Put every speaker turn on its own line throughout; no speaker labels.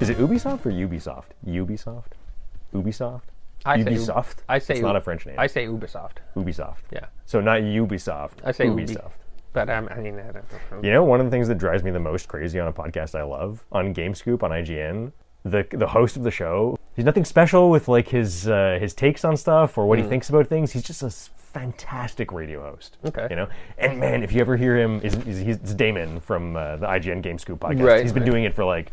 Is it Ubisoft or Ubisoft? Ubisoft? Ubisoft?
I say Ub-
Ubisoft?
I say
It's
Ub-
not a French name.
I say Ubisoft.
Ubisoft.
Yeah.
So not Ubisoft.
I say Ubi.
Ubisoft.
But um, I mean, I don't know.
You know, one of the things that drives me the most crazy on a podcast I love on GameScoop on IGN, the the host of the show, he's nothing special with like his uh, his takes on stuff or what he thinks about things. He's just a s- fantastic radio host.
Hmm. Okay.
you know, and man, if you ever hear him, is he's, he's it's Damon from uh, the IGN GameScoop podcast.
Right,
he's been
right.
doing it for like.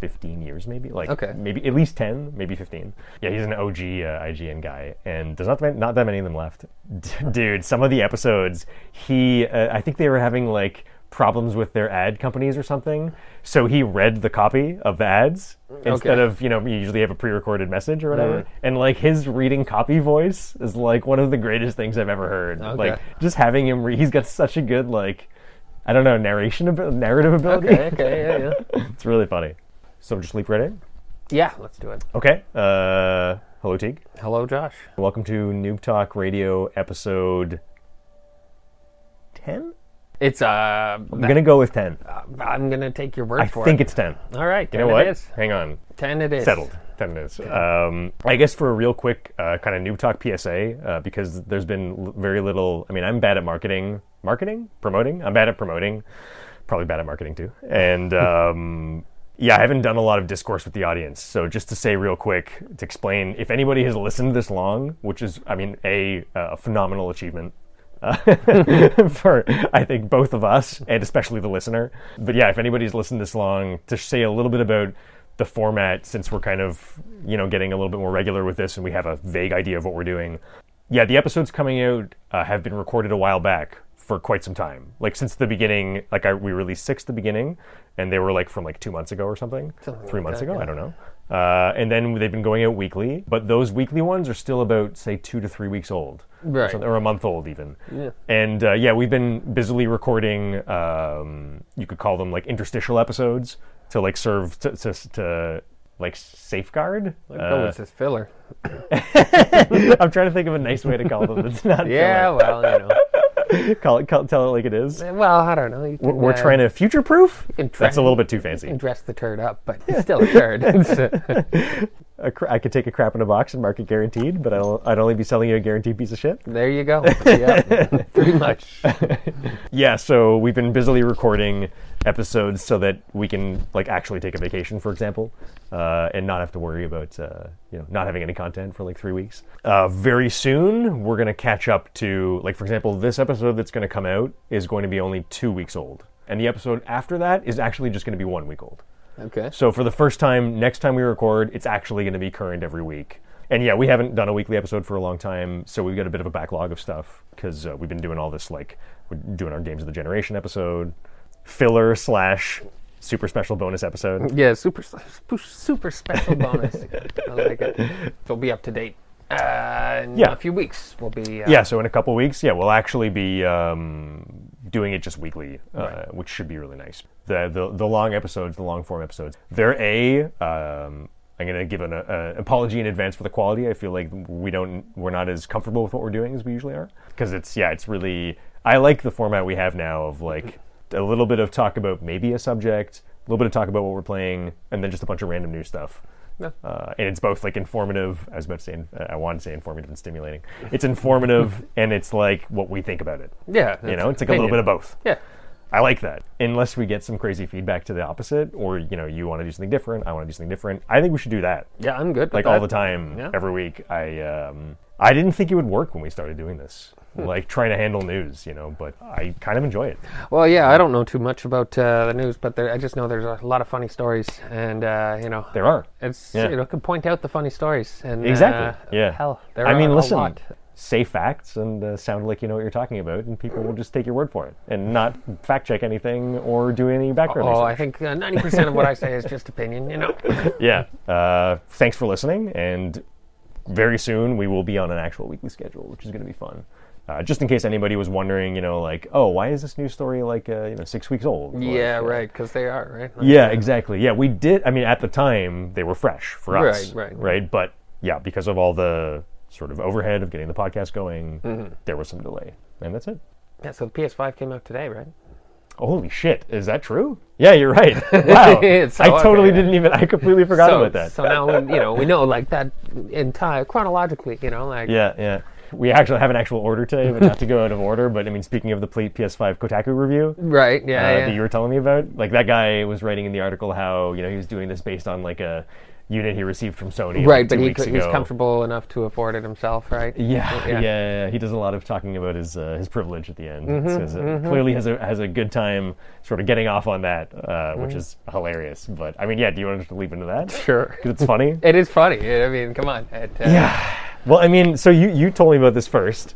15 years maybe like
Okay.
maybe at least 10 maybe 15 yeah he's an og uh, ign guy and there's not that, not that many of them left D- dude some of the episodes he uh, i think they were having like problems with their ad companies or something so he read the copy of the ads instead of you know you usually have a pre-recorded message or whatever
Mm-hmm.
and like his reading copy voice is like one of the greatest things i've ever heard like just having him re- he's got such a good like i don't know narration ab- narrative ability
Okay, okay, yeah, yeah.
it's really funny. So just leap right in.
Yeah, let's do it.
Okay. Uh, hello, Teague.
Hello, Josh.
Welcome to Noob Talk Radio episode 10?
It's uh,
I'm going to go with 10.
I'm gonna take your word
I
for
think
it.
it's 10.
All right,
You
ten
know what?
it is.
Hang on.
Ten it is.
Settled. 10 is. Um, I guess for a real quick uh, kind of Noob Talk PSA, uh, because there's been l- very little. I mean, I'm bad at marketing. Marketing? Promoting? I'm bad at promoting. Probably bad at marketing too. And. Um, Yeah, I haven't done a lot of discourse with the audience. So just to say real quick, to explain, if anybody has listened this long, which is, I mean, a, a phenomenal achievement uh, for I think both of us and especially the listener. But yeah, if anybody's listened this long, to say a little bit about the format, since we're kind of you know getting a little bit more regular with this, and we have a vague idea of what we're doing. Yeah, the episodes coming out uh, have been recorded a while back for quite some time, like since the beginning. Like I, we released six at the beginning, and they were like from like two months ago or something,
Something
three
like
months
that,
ago.
yeah.
I don't know. Uh, and then they've been going out weekly, but those weekly ones are still about say two to three weeks old,
Right.
Something- or a month old even.
Yeah.
And uh, yeah, we've been busily recording. Um, you could call them like interstitial episodes to like serve to to, to like safeguard.
Go
Uh,
with this Oh, filler.
I'm trying to think of a nice way to call them. That's not
Yeah, well, you know.
filler. Call it, call, tell it like it is.
Well, I don't know. You
We're,
can,
we're
uh,
trying to future proof.
can try-
That's a little bit too
you can
fancy.
dress the turd up, but it's still a turd. It's-
A cra- I could take a crap in a box and mark it guaranteed, but I'll, I'd only be selling you a guaranteed piece of shit.
there you go. Yeah, pretty much.
Yeah, so we've been busily recording episodes so that we can like actually take a vacation, for example, uh, and not have to worry about uh, you know not having any content for like three weeks. Uh, very soon, we're gonna catch up to like for example, this episode that's gonna come out is going to be only two weeks old, and the episode after that is actually just gonna be one week old.
Okay.
So for the first time, next time we record, it's actually going to be current every week. And yeah, we haven't done a weekly episode for a long time, so we've got a bit of a backlog of stuff because uh, we've been doing all this like we're doing our Games of the Generation episode, filler slash super special bonus episode.
Yeah, super sp- super special bonus. I like it. We'll be up to date. Uh, in
Yeah.
a few weeks we'll be. Uh,
Yeah, so in a couple weeks, yeah, we'll actually be um, doing it just weekly, uh, which should be really nice. The, the the long episodes, the long form episodes, they're a. Um, I'm gonna give an uh, apology in advance for the quality. I feel like we don't we're not as comfortable with what we're doing as we usually are because it's yeah, it's really I like the format we have now of like a little bit of talk about maybe a subject, a little bit of talk about what we're playing, and then just a bunch of random new stuff.
Yeah.
Uh, and it's both like informative. I was about to say, in- uh, I wanted to say informative and stimulating. It's informative and it's like what we think about it.
Yeah.
You know, it's like a little bit of both.
Yeah.
I like that. Unless we get some crazy feedback to the opposite, or you know, you want to do something different, I want to do something different. I think we should do that
Yeah, I'm good. with
like all the
that.
time,
Yeah.
every week. I um, I didn't think it would work when we started doing this,
Hmm.
like trying to handle news, you know. But I kind of enjoy it.
Well, yeah, I don't know too much about uh, the news, but there, I just know there's a lot of funny stories, and uh, you know,
There are
it's
Yeah.
you know can point out the funny stories and
exactly,
uh,
yeah.
Hell, there
I
are
mean,
a
listen.
lot.
Say facts and uh, sound like you know what you're talking about, and people will just take your word for it and not fact check anything or do any background
Oh,
research.
I think ninety percent of what I say is just opinion. You know.
yeah. Uh, thanks for listening. And very soon we will be on an actual weekly schedule, which is going to be fun. Uh, just in case anybody was wondering, you know, like, oh, why is this news story like uh, you know six weeks old? Or,
yeah,
uh,
right. Because they are right. Like,
Yeah, exactly. Yeah, we did. I mean, at the time they were fresh for us,
Right, right.
right. But yeah, because of all the sort of overhead of getting the
Mm-hmm.
podcast going, there was some delay, and that's it.
yeah. So the PS5 came out today, right?
Holy shit! Is that true? Yeah, you're right. Wow,
It's so
I totally
okay, yeah.
didn't even. I completely forgot
so,
about that.
so now we, you know we know like that entire chronologically. You know like
Yeah, yeah. We actually have an actual order today, but not to go out of order. But I mean, speaking of the Ple- PS5 Kotaku review
right yeah,
uh,
yeah.
that you were telling me about, like that guy was writing in the article how you know he was doing this based on like a unit he received from Sony, like,
right.
two
But he,
weeks
could- he was
ago.
comfortable enough to afford it himself, right?
Yeah,
Yeah.
yeah, yeah, yeah. He does a lot of talking about his uh, his privilege at the end.
Mm-hmm,
So it's- it Clearly has a has a good time sort of getting off on that, uh, which is hilarious. But I mean, yeah. Do you want to just leap into that?
Mm-hmm. Sure.
'Cause it's funny.
It is funny. I mean, come on. It, uh,
yeah. Well, I mean, so you you told me about this first.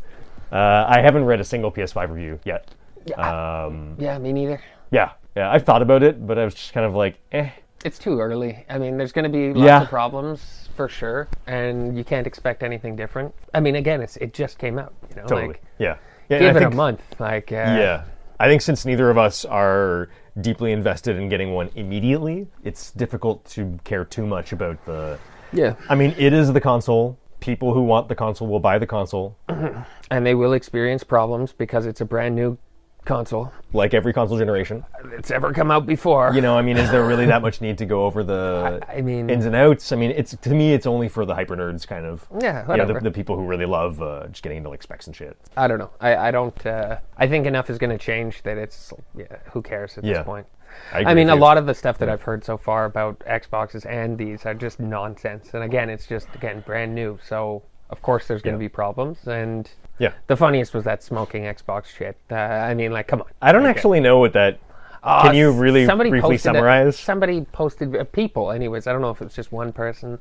Uh, I haven't read a single PS5 review yet.
Ah.
Um,
yeah, me neither.
yeah, yeah. I've thought about it, but I was just kind of like, eh.
It's too early. I mean, there's going to be lots
Yeah.
of problems for sure, and you can't expect anything different. I mean, again, it's it just came out. You know,
Totally.
like
yeah. Yeah. and
give
I
it
think-
a month. Like uh,
Yeah. I think since neither of us are deeply invested in getting one immediately, it's difficult to care too much about the.
yeah,
I mean, it is the console. People who want the console will buy the console.
and they will experience problems because it's a brand new console
Like every console generation,
that's ever come out before.
you know, I mean, is there really that much need to go over the
I- I mean-
ins and outs? I mean, it's to me, it's only for the hyper nerds, kind of.
Yeah,
you know, the,
whatever.
the people who really love uh, just getting into like specs and shit.
I don't know. I, I don't. Uh, I think enough is going to change that it's. Yeah, who cares at
Yeah.
this point?
I, agree
I mean,
with
a
you.
lot of the stuff that I've heard so far about Xboxes and these are just nonsense. And again, it's just again brand new, so of course there's going to be problems. And
Yeah,
the funniest was that smoking Xbox shit. Uh, I mean, like, come on.
I don't
Okay.
actually know what that.
Uh,
Can you really briefly
posted a-
summarize?
somebody posted uh, people, anyways. I don't know if it's just one person.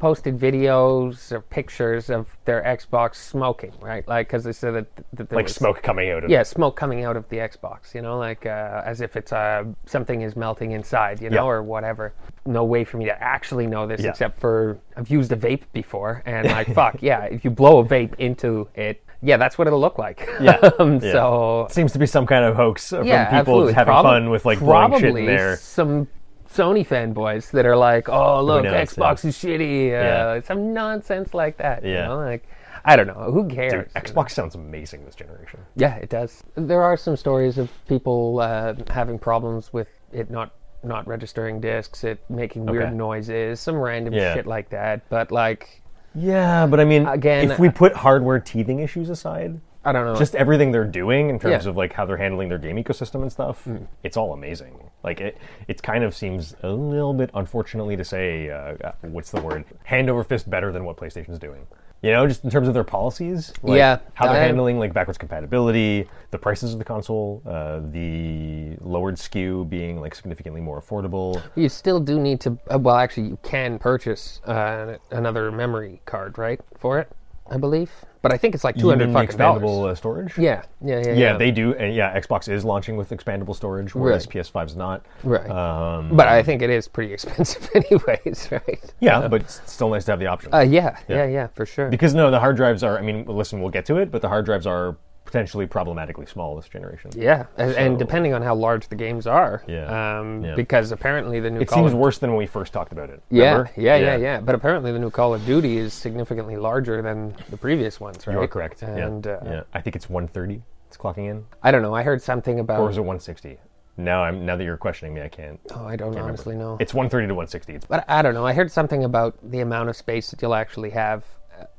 Posted videos or pictures of their Xbox smoking, right? Like, because they said that, th- that there
like
was,
smoke coming out of
yeah, smoke coming out of the Xbox, you know, like uh, as if it's uh, something is melting inside, you know,
Yeah.
or whatever. No way for me to actually know this
Yeah.
except for I've used a vape before, and like, fuck, yeah, if you blow a vape into it, yeah, that's what it'll look like.
Yeah,
um,
yeah.
So,
seems to be some kind of hoax uh,
yeah,
from people
absolutely.
just having
Prob-
fun with like blowing shit in there.
some Sony fanboys that are like, "Oh, look,
knows, yeah.
Xbox is shitty," uh,
Yeah.
some nonsense like that. You
Yeah.
know, like I don't know. Who cares?
Dude, Xbox sounds amazing this generation.
Yeah, it does. There are some stories of people uh, having problems with it not not registering discs, it making weird
Okay.
noises, some random
Yeah.
shit like that. But like,
Yeah, but I mean,
Again, uh,
if we put hardware teething issues aside,
I don't know.
just everything they're doing in terms
Yeah. Hmm.
of like how they're handling their game ecosystem and stuff, it's all amazing. Like it, it kind of seems a little bit, unfortunately, to say uh, uh, what's the word, hand over fist better than what PlayStation's doing. You know, just in terms of their policies, like
Yeah,
how they're
I-
handling like backwards compatibility, the prices of the console, uh, the lowered SKU being like significantly more affordable.
you still do need to. Uh, well, actually, you can purchase uh, another memory card, right, for it, I believe. But I think it's like two
You mean
hundred
the
fucking dollars.
expandable uh, storage.
Yeah, yeah, yeah, yeah.
Yeah, they do, and yeah, Xbox is launching with expandable storage, whereas PS5's not.
right.
Um,
but I think it is pretty expensive, anyways, right?
yeah, but it's still nice to have the option.
Uh, yeah, yeah, yeah, for sure.
because no, the hard drives are. I mean, listen, we'll get to it, but the hard drives are potentially problematically small this generation.
Yeah, and, and
So-
depending on how large the games are,
Yeah,
um,
yeah.
because apparently the new
It
Call
seems
of
worse than when we first talked about it.
yeah,
remember?
yeah, yeah, yeah, but apparently the new Call of Duty is significantly larger than the previous ones, right?
You are correct.
And
yeah.
uh,
yeah, I think it's 130. It's clocking in,
I don't know. I heard something about.
or is it 160? Now I'm now that you're questioning me, I can't.
oh, I don't honestly know.
It's 130 to 160. It's
But I don't know. I heard something about the amount of space that you'll actually have,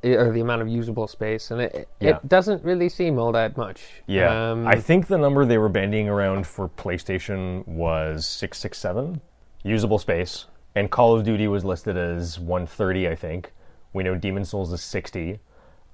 uh, or the amount of usable space, and it
Yeah.
it doesn't really seem all that much.
Yeah,
Um,
I think the number they were bandying around for PlayStation was six six seven, usable space, and Call of Duty was listed as one thirty. I think we know Demon Souls is sixty.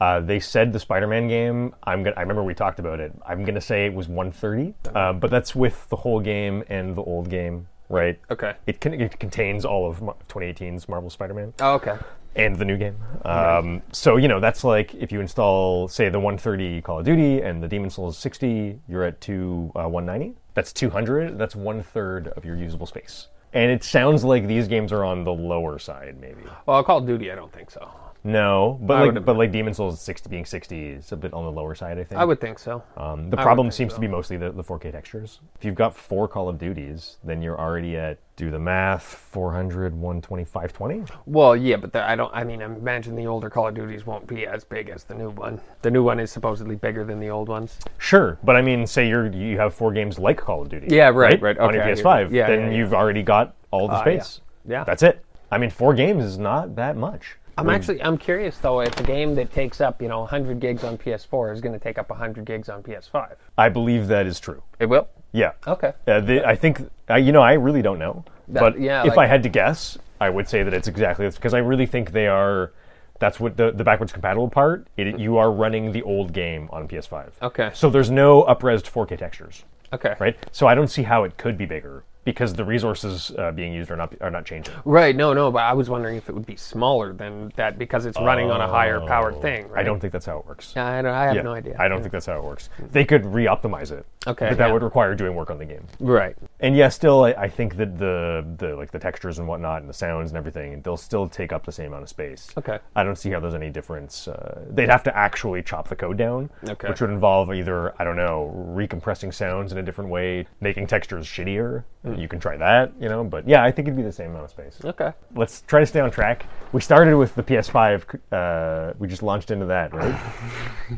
Uh, they said the Spider-Man game. I'm gonna. I remember we talked about it. I'm gonna say it was 130, uh, but that's with the whole game and the old game, right?
Okay.
It, con- it contains all of Mar- 2018's Marvel Spider-Man
Oh, okay.
and the new game. Um, so you know that's like if you install say the 130 Call of Duty and the Demon Souls 60, you're at two uh, 190. That's 200. That's one third of your usable space. And it sounds like these games are on the lower side, maybe.
Well, Call of Duty, I don't think so.
No, but
I
like
would've-
but like Demon Souls 60 being 60 is a bit on the lower side, I think.
I would think so.
um, the
I would
problem
think
seems to be mostly the, the 4K textures. If you've got four Call of Duties, then you're already at do the math 400 120 520.
Well, yeah, but the, I don't. I mean, I imagine the older Call of Duties won't be as big as the new one. The new one is supposedly bigger than the old ones.
Sure, but I mean, say you're you have four games like Call of Duty.
Yeah, right, right,
on
okay,
your
I hear
PS5,
you. Yeah,
then
yeah, yeah.
you've already got all the
Ah, yeah.
space.
Yeah.
that's it. I mean, four games is not that much.
I'm actually I'm curious though if a game that takes up you know 100 gigs on PS4 is going to take up 100 gigs on PS5.
I believe that is true.
It will.
Yeah.
Okay.
Uh, the, I think I, you know I really don't know,
That-
but
yeah,
if
like-
I had to guess, I would say that it's exactly this because I really think they are. That's what the, the backwards compatible part. It, you are running the old game on PS5.
Okay.
So there's no upresed 4K textures,
Okay.
right? So I don't see how it could be bigger because the resources uh, being used are not are not changing.
Right. No. No. But I was wondering if it would be smaller than that because it's running on a higher powered thing. Right?
Oh. I don't think that's how it works.
Yeah, I, don't, I have
Yeah,
no idea. Mm-hmm.
I don't think that's how it works. They could re-optimize it.
Okay,
But that
yeah.
would require doing work on the game.
Right.
And yeah, still, I, I think that the the like the textures and whatnot and the sounds and everything, they'll still take up the same amount of space.
Okay.
I don't see how there's any difference. Uh, they'd have to actually chop the code down,
Okay.
which would involve either I don't know, recompressing sounds in a different way, making textures shittier. You can try that, you know. But yeah, I think it'd be the same amount of space
Mm. Okay.
let's try to stay on track. We started with the PS5. Uh, we just launched into that, right?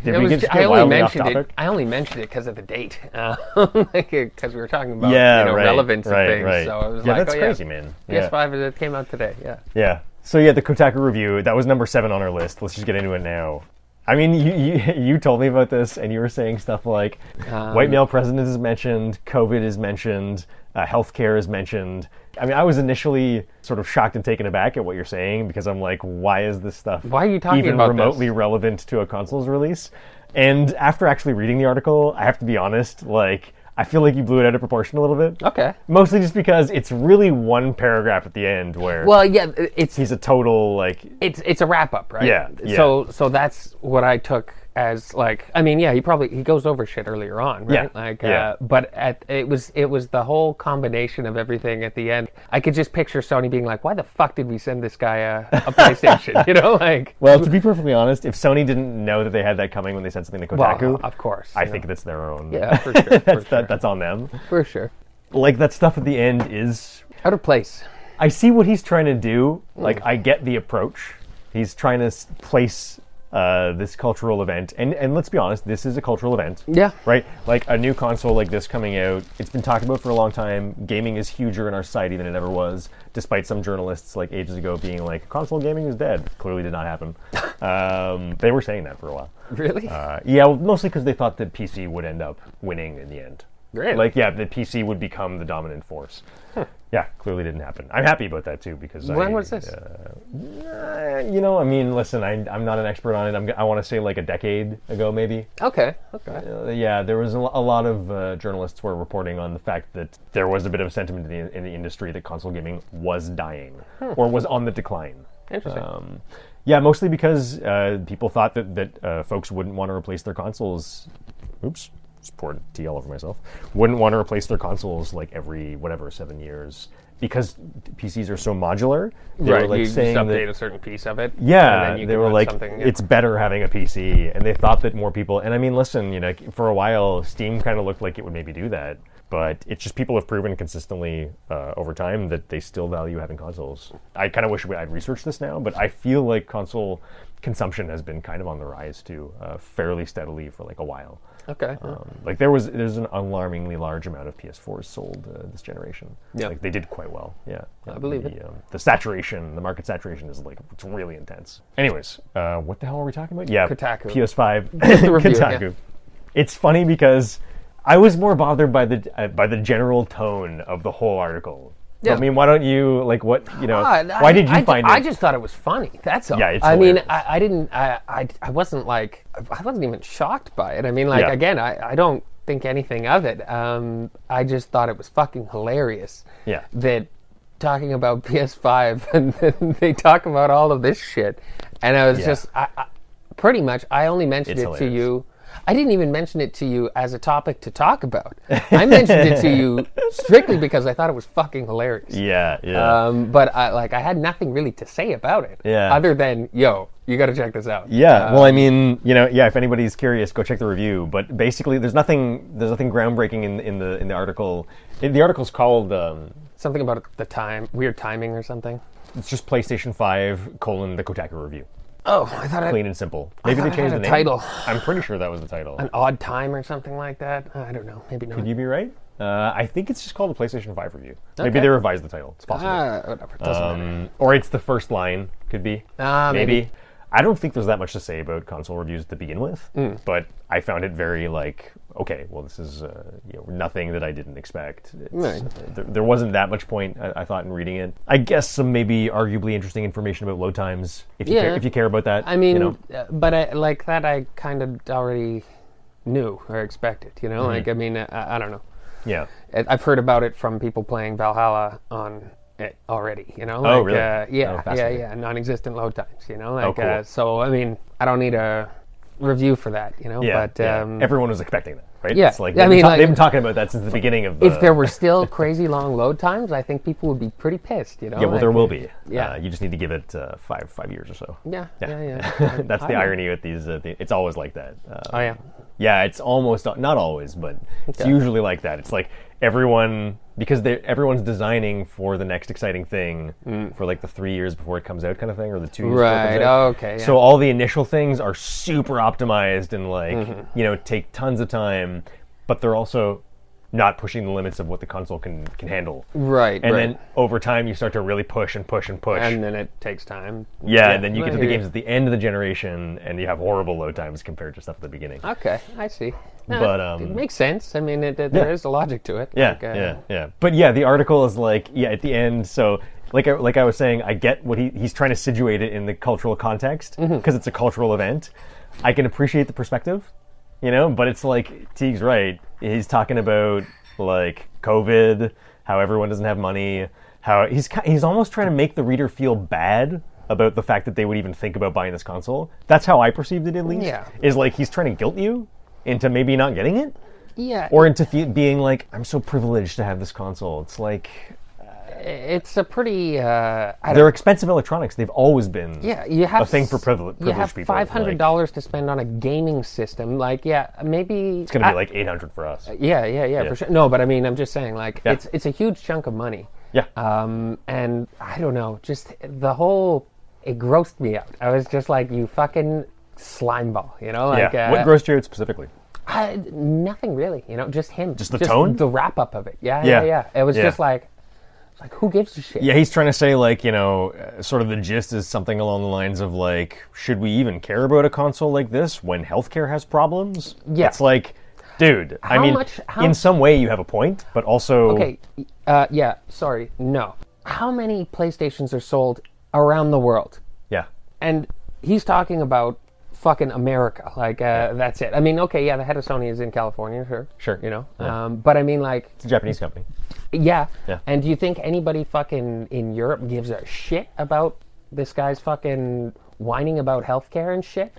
Did
It
we
was
get,
ju-
just
I
get
only
wildly off
mentioned
topic?
it. I only mentioned it because of the date, because we were talking about
Yeah,
you know,
right,
relevance
right,
of things.
right.
So it was
yeah,
like,
that's
oh,
crazy,
yeah,
man. Yeah.
PS5 it came out today. Yeah.
yeah. So yeah, the Kotaku review that was number seven on our list. Let's just get into it now. I mean, you, you you told me about this, and you were saying stuff like
Um,
white male president is mentioned, COVID is mentioned, uh, healthcare is mentioned. I mean, I was initially sort of shocked and taken aback at what you're saying because I'm like, why is this stuff
Why are you talking
even
about this?
remotely relevant to a console's release? And after actually reading the article, I have to be honest, like I feel like you blew it out of proportion a little bit.
Okay.
Mostly just because it's really one paragraph at the end where
Well, yeah, it's
he's a total like
it's it's a wrap up, right?
Yeah, yeah.
So so that's what I took as like I mean, yeah, he probably he goes over shit earlier on, right?
Yeah,
Like
yeah.
uh but at it was it was the whole combination of everything at the end. I could just picture Sony being like, Why the fuck did we send this guy a, a PlayStation? you know, like
well, to be perfectly honest, if Sony didn't know that they had that coming when they sent something to
well,
Kotaku,
of course.
I
you
think
know.
that's their own.
Yeah, for sure. For
that's,
sure.
that, that's on them.
for sure.
Like that stuff at the end is.
Out of place.
I see what he's trying to do.
Mm.
Like I get the approach. He's trying to s- place uh, this cultural event, and and let's be honest, this is a cultural event.
Yeah.
Right. Like a new console like this coming out. It's been talked about for a long time. Gaming is huger in our society than it ever was, despite some journalists like ages ago being like, console gaming is dead. Clearly did not happen. um, they were saying that for a while.
Really?
Uh, yeah, well, mostly because they thought that PC would end up winning in the end.
Really?
Like, yeah, the PC would become the dominant force. Yeah, clearly didn't happen. I'm happy about that too because I,
when was this?
uh, you know, I mean, listen, I, I'm not an expert on it. I'm, g- I want to say like a decade ago, maybe.
okay. Okay.
Uh, yeah, there was a, lo- a lot of uh, journalists were reporting on the fact that there was a bit of sentiment in the, in the industry that console gaming was dying or was on the decline.
Interesting.
Um, yeah, mostly because uh, people thought that that uh, folks wouldn't want to replace their consoles. Oops, just poured tea all over myself. Wouldn't want to replace their consoles like every whatever seven years because PCs are so modular. They
right.
were, like,
you just
saying that-
update a certain piece of it.
yeah,
and then you
they
can
were
run
like,
something, yeah.
it's better having a PC, and they thought that more people. And I mean, listen, you know, for a while, Steam kind of looked like it would maybe do that, but it's just people have proven consistently uh, over time that they still value having consoles. I kind of wish we, I'd researched this now, but I feel like console consumption has been kind of on the rise too, uh, fairly steadily for like a while.
Okay.
Um, like there was, there's an alarmingly large amount of PS4s sold uh, this generation.
Yeah.
like they did quite well. Yeah,
I believe
the,
it.
um, the saturation, the market saturation is like it's really intense. Anyways, uh, what the hell are we talking about? Yeah,
Kotaku.
PS5,
the review,
Kotaku.
yeah.
It's funny because I was more bothered by the uh, by the general tone of the whole article.
Yeah.
I mean, why don't you like what you know?
Ah,
why did you
I,
find it?
I, I just thought it was funny. That's all.
Yeah, it's
I mean,
hilarious.
I, I didn't. I, I I wasn't like. I wasn't even shocked by it. I mean, like
Yeah.
again, I, I don't think anything of it. Um, I just thought it was fucking hilarious.
Yeah.
That talking about PS5 and then they talk about all of this shit, and I was
Yeah.
just I, I, pretty much. I only mentioned
It's
it to
hilarious.
you. I didn't even mention it to you as a topic to talk about. I mentioned it to you strictly because I thought it was fucking hilarious. Uh,
yeah, yeah.
Um, but I like I had nothing really to say about it.
Yeah.
Other than yo, you got to check this out.
Yeah. well,
Um,
I mean, you know, yeah. If anybody's curious, go check the review. But basically, there's nothing. There's nothing groundbreaking in, in the in the article. It, the article's called. Um,
Something about the time, weird timing or something.
it's just PlayStation Five colon the Kotaku review.
Oh, I thought I
Clean and simple. Maybe
thought
they
it
changed
had
the name.
a title.
I'm pretty sure that was the title.
an odd time or something like that. Uh, I don't know. Maybe not.
Would you be right? Uh, I think it's just called the PlayStation Five review. Maybe
Okay.
they revised the title. It's possible.
ah, whatever. It doesn't matter.
Um, or it's the first line, could be.
Ah, maybe.
I don't think there's that much to say about console reviews to begin with,
Mm.
but I found it very like, okay, well, this is uh, you know nothing that I didn't expect. It's-
Right.
There, there wasn't that much point I, I thought in reading it. I guess some maybe arguably interesting information about load times if you care,
Yeah.
if you care about that.
I mean,
you know.
uh, but I, like that, I kind of already knew or expected. You know,
Mm-hmm.
like I mean, uh, I, I don't know.
yeah,
I- I've heard about it from people playing Valhalla on it already. You know, like,
Oh, really?
Uh,
Oh,
yeah, yeah,
fascinating. Oh,
yeah. Non-existent load times. You know, like
cool.
uh, so. I mean, I don't need a review for that. You know,
yeah,
but
yeah.
um,
everyone was expecting that, right?
yeah,
It's like
I
they've, been
mean,
ta-
like-
they've been talking about that since the beginning of the.
if there were still crazy long load times, I think people would be pretty pissed. You know,
yeah, well,
like,
there will be.
yeah.
Uh, you just need to give it uh, five five years or so.
Yeah, yeah, yeah.
That's the
I-
irony with these. Uh, the, it's always like that. Uh,
Oh yeah.
yeah, it's almost not always, but it's
Okay.
usually like that. It's like everyone because they everyone's designing for the next exciting thing for like the three years before it comes out, kind of thing, or the two years. before it comes
Mm. Right,
out.
okay, yeah.
So all the initial things are super optimized and like
Mm-hmm.
you know take tons of time, but they're also not pushing the limits of what the console can can handle.
Right,
And
right.
then over time, you start to really push and push and push.
and then it takes time.
Yeah, and then you get to
I
the
hear
games at the end of the generation, and you have horrible load times compared to stuff at the beginning.
Okay, I see. No,
But,
it-
um,
it makes sense. I mean, it, it- there
yeah.
is a logic to it.
Yeah,
Like, uh,
yeah, yeah. But yeah, the article is like, yeah, at the end. So, like, I, like I was saying, I get what he, he's trying to situate it in the cultural context because
Mm-hmm.
it's a cultural event. I can appreciate the perspective, you know. But it's like Teague's right. He's talking about like COVID, how everyone doesn't have money, how he's ki- he's almost trying to make the reader feel bad about the fact that they would even think about buying this console. That's how I perceived it at least.
Yeah.
Is like he's trying to guilt you into maybe not getting it
yeah.
or into fe- being like, I'm so privileged to have this console. It's like
it's a pretty. Uh, I don't,
they're expensive electronics. They've always been.
yeah, you have
a thing
s-
for privile-
You have
privileged people,
five hundred dollars to spend on a gaming system. Like, yeah, maybe
It's gonna be like 800 for us.
Yeah, yeah, yeah, for sure. No, but I mean, I'm just saying, like,
Yeah.
it's it's a huge chunk of money.
Yeah.
Um, and I don't know, just the whole it grossed me out. I was just like, you fucking slime ball, you know? Like,
yeah.
uh,
what grossed you out specifically?
I, nothing really, you know, just him. Just
the tone?
the wrap up of it. Yeah,
Yeah.
yeah, yeah. It was
Yeah.
just like, it's like who gives a shit?
Yeah, he's trying to say like you know, uh, sort of the gist is something along the lines of like, should we even care about a console like this when healthcare has problems?
Yeah.
It's like, dude. I
How
mean,
much- how-
in some way you have a point, but also
Okay, uh, yeah. Sorry, no. How many PlayStations are sold around the world?
yeah,
and he's talking about fucking America. Like uh, that's it. I mean, okay, yeah, the head of Sony is in California, sure,
Sure.
you know.
Yeah.
Um, but I mean, like,
it's a Japanese company.
yeah.
Yeah.
And do you think anybody fucking in Europe gives a shit about this guy's fucking whining about healthcare and shit?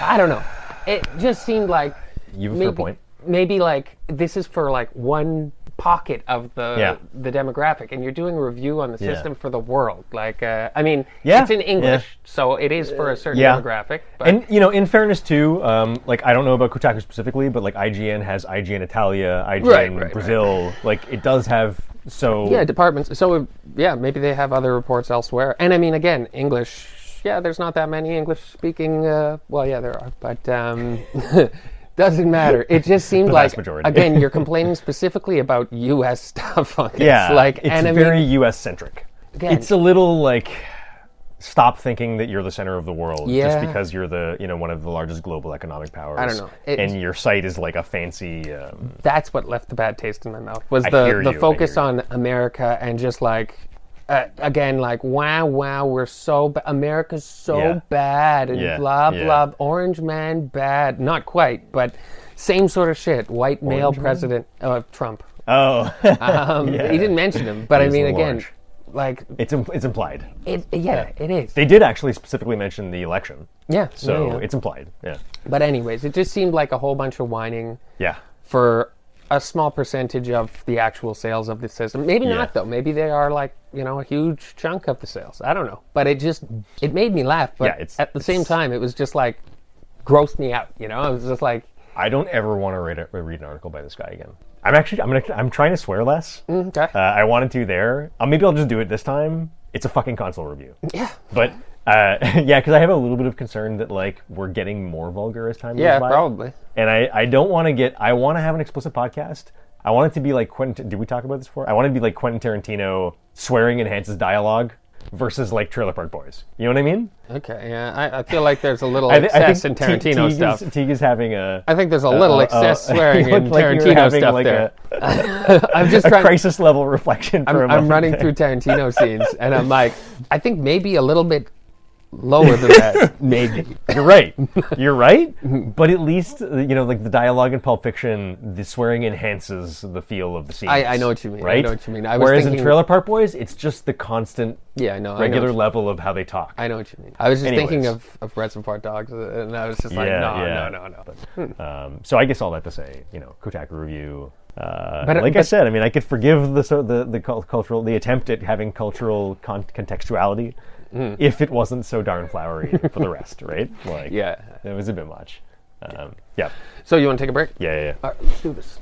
I don't know. It just seemed like
You have a fair
maybe,
point.
Maybe like this is for like one pocket of the
Yeah.
the demographic, and you're doing a review on the system for the world. Like, uh, I mean,
Yeah,
it's in
yeah.
English, so it is for a certain
yeah.
demographic. But
And you know, in fairness too, um, like I don't know about Kotaku specifically, but like IGN has IGN Italia, IGN
Right, right, right.
Brazil. Like it does have so
yeah, departments. So uh, yeah, maybe they have other reports elsewhere. And I mean, again, English. Yeah, there's not that many English-speaking. Uh, well, yeah, there are, but um, doesn't matter. It just seemed
The
like
vast majority.
again, you're complaining specifically about U.S. stuff on this.
yeah,
like
it's
and I mean,
very U.S. centric.
Again-
It's a little like stop thinking that you're the center of the world just
Yeah.
because you're the you know one of the largest global economic powers.
know. It-
and your site is like a fancy. Um,
that's what left the bad taste in my mouth was
I
the
hear
the
you, I
focus
hear
on America and just like. Uh, again, like wow, wow, we're so ba- America's so
Yeah.
bad, and
Yeah,
blah
yeah.
blah. Orange man bad, not quite, but same sort of shit. White male president uh, Trump.
oh,
Um, He didn't mention him, but I
is a
mean,
little
again,
orange.
like
it's im- it's implied.
it, yeah, it is.
They did actually specifically mention the election,
yeah.
so
yeah, yeah.
it's implied. Yeah,
but anyways, it just seemed like a whole bunch of whining
yeah.
for a small percentage of the actual sales of the system. Maybe
Yeah.
not though. Maybe they are like you know a huge chunk of the sales. I don't know. But it just it made me laugh. But
Yeah, it's-
at the same
it's-
time, it was just like grossed me out. You know, I was just like,
I don't ever want to read, a, read an article by this guy again. I'm actually I'm gonna I'm trying to swear less.
okay,
Uh, I wanted to there. Uh, maybe I'll just do it this time. It's a fucking console review.
yeah,
But uh, yeah, because I have a little bit of concern that like we're getting more vulgar as time
yeah,
goes by.
probably.
And I, I don't want to get. I want to have an explicit podcast. I want it to be like Quentin. Did we talk about this before? I want it to be like Quentin Tarantino swearing enhances dialogue versus like Trailer Park Boys. You know what I mean?
Okay, yeah, I, I feel like there's a little
I, thi- I
excess in
Te-
Tarantino
Teague
stuff.
Is, Teague is having a.
I think there's a little
uh,
excess
uh,
swearing
you
in
look like you're
Tarantino
having
stuff
like
there. I'm just
A, a
trying.
crisis level reflection for a
I'm,
moment.
I'm running
there.
through Tarantino scenes, and I'm like, I think maybe a little bit lower than that, maybe.
You're right. You're right. but at least uh, you know, like the dialogue in Pulp Fiction, the swearing enhances the feel of the scene.
I- I know what you mean. I
Right?
know what you mean. I was
Whereas
thinking-
in Trailer Park Boys, it's just the constant,
Yeah, I know. I know
regular
what you-
level of how they talk.
I know what you mean. I was just thinking
Anyways.
of, of Reservoir Dogs, uh, and I was just like,
Yeah,
no,
yeah.
no, no, no.
um, so I guess all that to say, you know, Kotaku review. Uh,
But-
like I
but-
said, I mean, I could forgive the so the the cul- cultural the attempt at having cultural con- contextuality,
Mm-hmm.
if it wasn't so darn flowery for the rest, right? Like,
Yeah.
it was a bit much. Um, yeah,
So you want to take a break?
yeah, yeah. yeah.
All right, let's do this.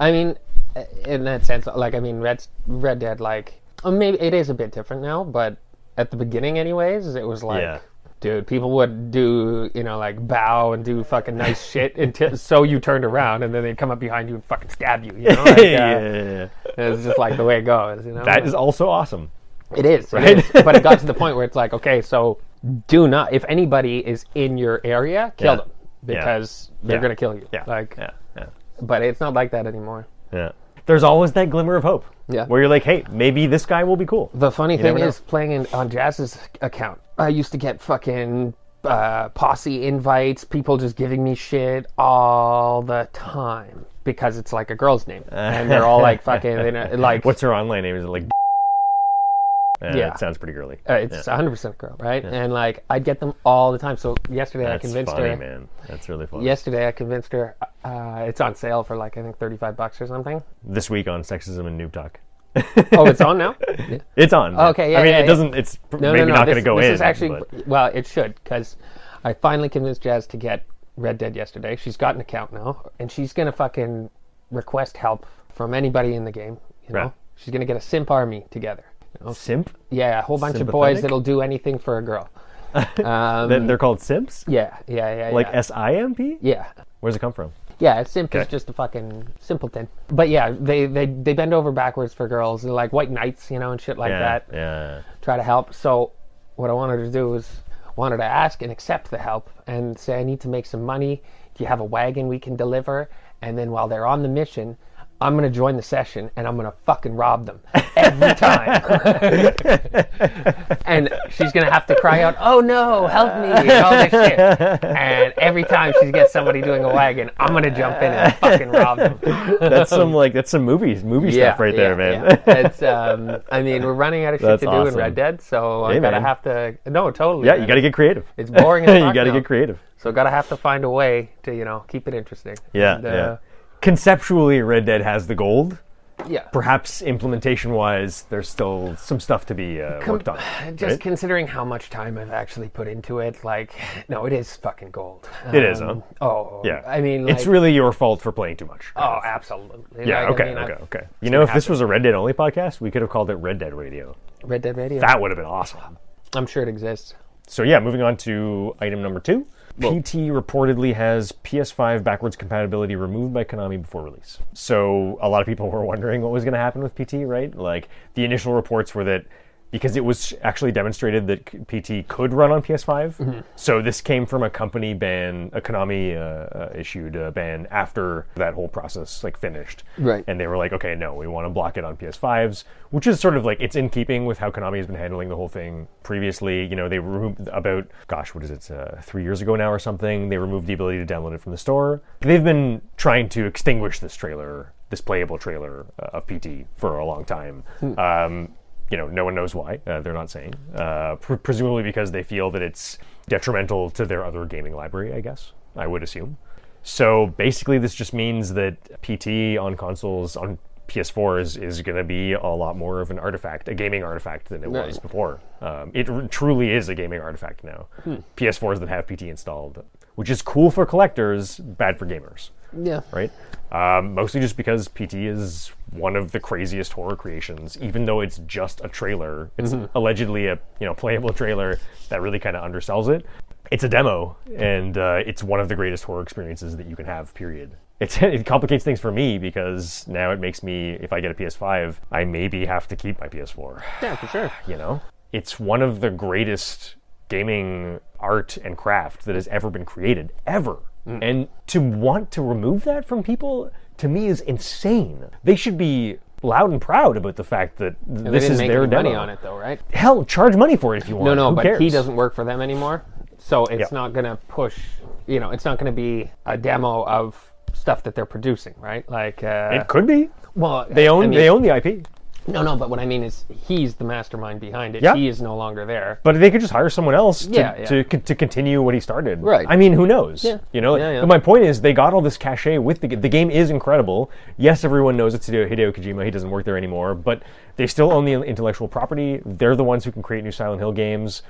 I mean, uh, in that sense, like I mean, Red Red Dead, like uh, maybe it is a bit different now, but at the beginning, anyways, it was like.
Yeah.
Dude, people would do, you know, like bow and do fucking nice shit until so you turned around and then they'd come up behind you and fucking stab you. You know, like, uh,
yeah, yeah, yeah, yeah.
it's just like the way it goes. You know,
That is also awesome.
It is,
Right?
it is. but it got to the point where it's like, okay, so do not. If anybody is in your area, kill
Yeah.
them
Yeah.
because they're
Yeah.
gonna kill you.
Yeah.
Like,
yeah, yeah,
but it's not like that anymore.
yeah. There's always that glimmer of hope.
Yeah.
Where you're like, hey, maybe this guy will be cool.
The funny thing
never know.
is, playing in, on Jazz's account, I used to get fucking uh, posse invites, people just giving me shit all the time because it's like a girl's name, and they're all like fucking they know, like
What's her online name? Is it like? Uh,
Yeah.
it sounds pretty girly.
uh, it's 100% girl, right? And like I'd get them all the time. So yesterday I
That's
convinced
funny,
her.
man. That's really funny.
Yesterday, I convinced her uh, it's on sale for like I think thirty-five bucks or something.
This week on sexism and noob talk,
Oh, it's on now.
it's on.
Okay, yeah,
I mean,
yeah,
it
yeah.
doesn't. It's pr-
No,
maybe
no, no.
not
this,
going to go
this
in.
is actually
but-
well, it should because I finally convinced Jazz to get Red Dead yesterday. She's got an account now, and she's gonna fucking request help from anybody in the game. You know,
Right.
she's gonna get a simp army together. you know?
simp.
Yeah, a whole bunch of boys
Sympathetic?
that'll do anything for a girl.
Then they're called simps.
Um, Yeah, yeah, yeah.
Like
yeah.
S I M P.
yeah.
Where's it come from?
Yeah, it's simp is
Okay.
just a fucking simpleton. But yeah, they, they they bend over backwards for girls. They're like white knights, you know, and shit like
yeah,
that.
yeah.
Try to help. So what I wanted to do was wanted to ask and accept the help and say I need to make some money. Do you have a wagon we can deliver? And then while they're on the mission, I'm gonna join the session and I'm gonna fucking rob them every time. and she's gonna have to cry out, "Oh no, help me!" and all this shit. And every time she gets somebody doing a wagon, I'm gonna jump in and fucking rob them.
That's some like that's some movies movie stuff right there, man.
yeah. It's, um, I mean, we're running out of shit
That's
to do in
awesome.
Red Dead, so I
Hey,
gotta
man.
have to. No, totally.
Yeah,
man.
you got to get creative.
It's boring as
you
fuck
got to
now.
get creative.
So gotta have to find a way to you know keep it interesting.
Yeah,
And,
yeah.
uh,
Conceptually, Red Dead has the gold.
yeah.
Perhaps implementation-wise, there's still some stuff to be uh, worked on.
Just
right?
considering how much time I've actually put into it, like, no, it is fucking gold.
It is, huh?
Oh,
yeah,
I mean,
it's
like-
really your fault for playing too much. kind
Oh,
of.
absolutely.
Yeah,
Like,
okay,
I mean,
okay,
I've-
okay. You know, if this was a Red Dead only podcast, we could have called it Red Dead Radio.
Red Dead Radio.
That would have been awesome.
I'm sure it exists.
So, yeah, moving on to item number two. PT reportedly has PS5 backwards compatibility removed by Konami before release. So, a lot of people were wondering what was going to happen with PT, right? Like, the initial reports were that because it was actually demonstrated that PT could run on PS5.
Mm-hmm.
So, this came from a company ban, a Konami uh, uh, issued uh, ban after that whole process like finished.
Right.
And they were like, okay, no, we want to block it on PS5s, which is sort of like it's in keeping with how Konami has been handling the whole thing previously. You know, they removed about gosh, what is it, uh, three years ago now or something? They removed the ability to download it from the store. They've been trying to extinguish this trailer, this playable trailer uh, of PT for a long time. Um, you know, no one knows why. Uh, they're not saying, uh, pr- presumably because they feel that it's detrimental to their other gaming library. I guess I would assume. So basically, this just means that PT on consoles on PS4s is going to be a lot more of an artifact, a gaming artifact than it was
Right.
before. Um, it r- truly is a gaming artifact now. PS4s that have PT installed, which is cool for collectors, bad for gamers,
Yeah.
right? Um, mostly just because PT is one of the craziest horror creations, even though it's just a trailer. It's allegedly a you know playable trailer that really kind of undersells it. It's a demo, and uh, it's one of the greatest horror experiences that you can have. Period. It's, it complicates things for me because now it makes me, if I get a PS5, I maybe have to keep my PS4
Yeah, for sure.
you know it's one of the greatest gaming art and craft that has ever been created ever
Hmm.
and to want to remove that from people to me is insane they should be loud and proud about the fact that th-
They
this
didn't
is
make
their
any money
demo.
on it though, right?
hell charge money for it if you want
No, no,
Who
but
cares?
he doesn't work for them anymore. So it's
Yeah.
not going to push, you know, it's not going to be a demo of stuff that they're producing, right? Like, uh,
it could be
well,
they own they own the ip
No, no, but what I mean is he's the mastermind behind it.
Yeah.
He is no longer there.
But they could just hire someone else to,
Yeah, yeah.
to, con- to continue what he started.
Right.
I mean, who knows?
Yeah.
You know.
Yeah, yeah.
But my point is, they got all this cachet with the g- the game is incredible. Yes, everyone knows it's Hideo, Hideo Kojima. He doesn't work there anymore, but they still own the intellectual property. They're the ones who can create new Silent Hill games.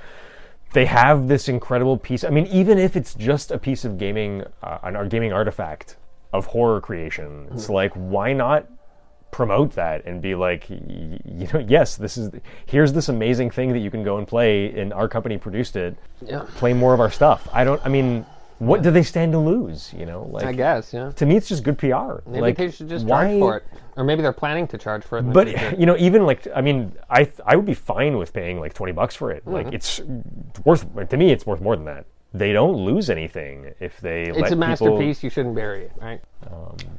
They have this incredible piece. I mean, even if it's just a piece of gaming, uh, an ar- gaming artifact of horror creation, it's
Mm-hmm.
like why not promote that and be like, y- y- you know, yes, this is here's this amazing thing that you can go and play, and our company produced it.
Yeah.
Play more of our stuff. I don't. I mean, what do they stand to lose? You know, like
I guess, yeah.
to me, it's just good PR.
Maybe
like,
they should just
why-
charge for it. Or maybe they're planning to charge for it. in the future.
But you know, even like I mean, I th- I would be fine with paying like twenty bucks for it.
Mm-hmm.
Like it's worth to me, it's worth more than that. They don't lose anything if they. let
it's a
people- Um,
masterpiece. You shouldn't bury it, right?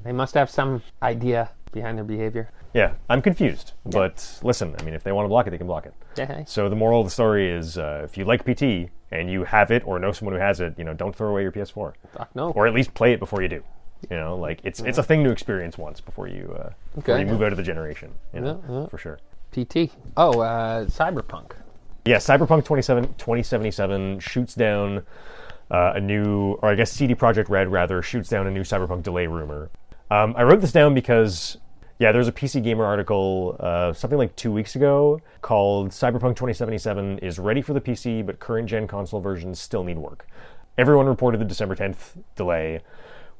they must have some idea behind their behavior.
Yeah, I'm confused. But listen, I mean, if they want to block it, they can block it.
Yeah.
So the moral of the story is, uh, if you like PT and you have it or know someone who has it, you know, don't throw away your PS4,
Fuck no.
or at least play it before you do. You know, like it's it's a thing to experience once before you uh, before
Okay.
you move out of the generation. You know,
Yeah, yeah.
for sure.
PT. Oh, uh, Cyberpunk.
Yeah, Cyberpunk 27, 2077 shoots down uh, a new, or I guess CD Projekt Red rather, shoots down a new Cyberpunk delay rumor. Um, I wrote this down because, yeah, there's a PC Gamer article uh, something like two weeks ago called Cyberpunk 2077 is ready for the PC, but current gen console versions still need work. Everyone reported the December 10th delay.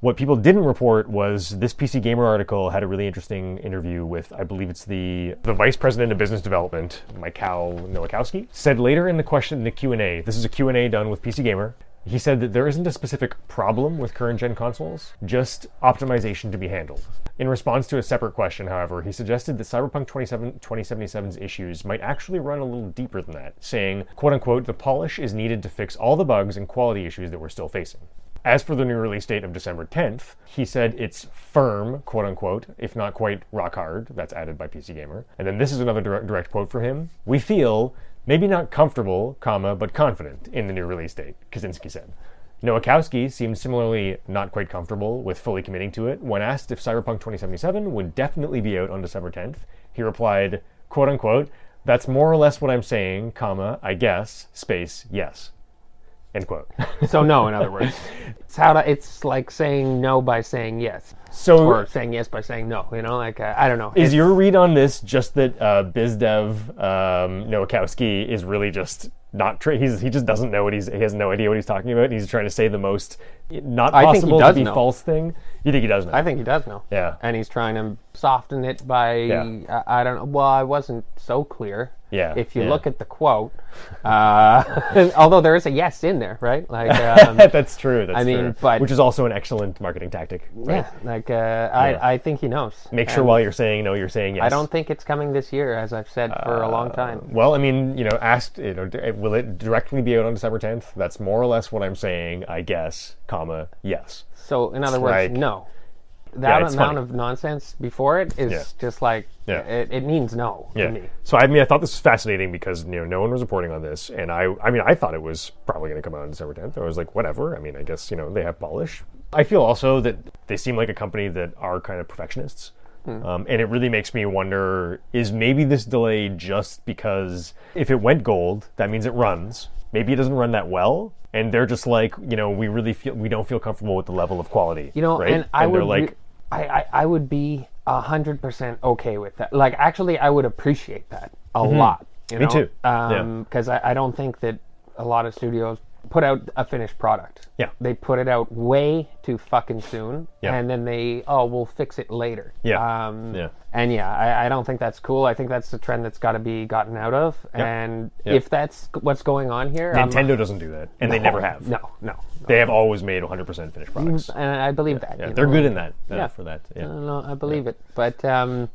What people didn't report was this PC Gamer article had a really interesting interview with, I believe it's the the vice president of business development, Michal Nowakowski, said later in the question in the Q and A. This is a Q and A done with PC Gamer. He said that there isn't a specific problem with current gen consoles, just optimization to be handled. In response to a separate question, however, he suggested that Cyberpunk 27 2077's issues might actually run a little deeper than that, saying, quote unquote, the polish is needed to fix all the bugs and quality issues that we're still facing. As for the new release date of December 10th, he said it's firm, quote unquote, if not quite rock hard. That's added by PC Gamer. And then this is another direct, direct quote from him. We feel maybe not comfortable, comma, but confident in the new release date, Kaczynski said. Nowakowski seemed similarly not quite comfortable with fully committing to it. When asked if Cyberpunk 2077 would definitely be out on December 10th, he replied, quote unquote, that's more or less what I'm saying, comma, I guess, space, yes. End quote.
So no, in other words, it's how to, it's like saying no by saying yes,
So
or saying yes by saying no. You know, like uh, I don't know.
Is your read on this just that uh, BizDev um, Nowakowski is really just not tra- he's he just doesn't know what he's he has no idea what he's talking about and he's trying to say the most not
I think he
possible to
does
be
know.
false thing. You think he does know?
I think he does know.
Yeah.
And he's trying to soften it by uh,
Yeah.
I, I don't know. Well, I wasn't so clear.
Yeah,
If you
yeah.
look at the quote, uh, although there is a yes in there, right? Like. Um,
that's true. That's
I mean,
true.
but-
which is also an excellent marketing tactic. Right?
Yeah, like uh, I, I think he knows.
Make sure
And
while you're saying no, you're saying yes.
I don't think it's coming this year, as I've said for a long time.
Well, I mean, you know, asked, you know, d- will it directly be out on December 10th? That's more or less what I'm saying, I guess, comma, yes.
So, in other words,
like-
no. That
it's
amount
funny.
of nonsense before it is
Yeah.
just like
Yeah.
it, it means no
Yeah.
to me.
So I mean, I thought this was fascinating because you know no one was reporting on this, and I I mean I thought it was probably going to come out on December 10th. I was like, whatever. I mean, I guess you know they have polish. I feel also that they seem like a company that are kind of perfectionists,
Hmm.
um, and it really makes me wonder: is maybe this delay just because if it went gold, that means it runs. Maybe it doesn't run that well, and they're just like, you know, we really feel we don't feel comfortable with the level of quality.
You know,
right?
and I
and
would
they're like,
re- I, I I would be hundred percent okay with that. Like, actually, I would appreciate that a lot. You
Mm-hmm. Me
know?
too. Yeah.
Because I, I don't think that a lot of studios put out a finished product.
Yeah.
They put it out way too fucking soon,
Yeah.
and then they oh we'll fix it later.
Yeah.
Um,
Yeah.
And yeah, I, I don't think that's cool. I think that's a trend that's got to be gotten out of. And
Yep.
if that's what's going on here, I'm-
Nintendo doesn't do that, and they never have.
No, no.
They have always made 100% finished products.
And I believe that.
Yeah,
you
they're
know.
good in that. uh,
Yeah.
for that. Yeah.
I don't know. I believe it, but um,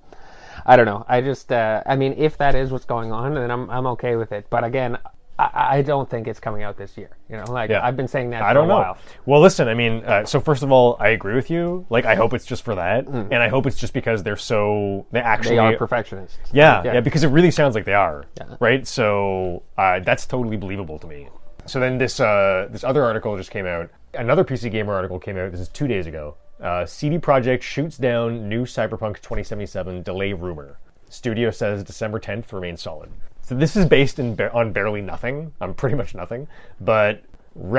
I don't know. I just, uh, I mean, if that is what's going on, then I'm, I'm okay with it. But again, I, I don't think it's coming out this year. You know, like
Yeah.
I've been saying that.
I
for
don't
a
know.
While.
Well, listen, I mean, uh, so first of all, I agree with you. Like, I hope it's just for that, and I hope it's just because they're so they actually
Mm. They are perfectionists.
Yeah,
Yeah.
yeah, because it really sounds like they are, right? So uh, that's totally believable to me. So then this uh, this other article just came out. Another PC Gamer article came out. This is two days ago. Uh, CD Projekt shoots down new Cyberpunk 2077 delay rumor. Studio says December 10th remains solid. So this is based in ba- on barely nothing, on pretty much nothing, but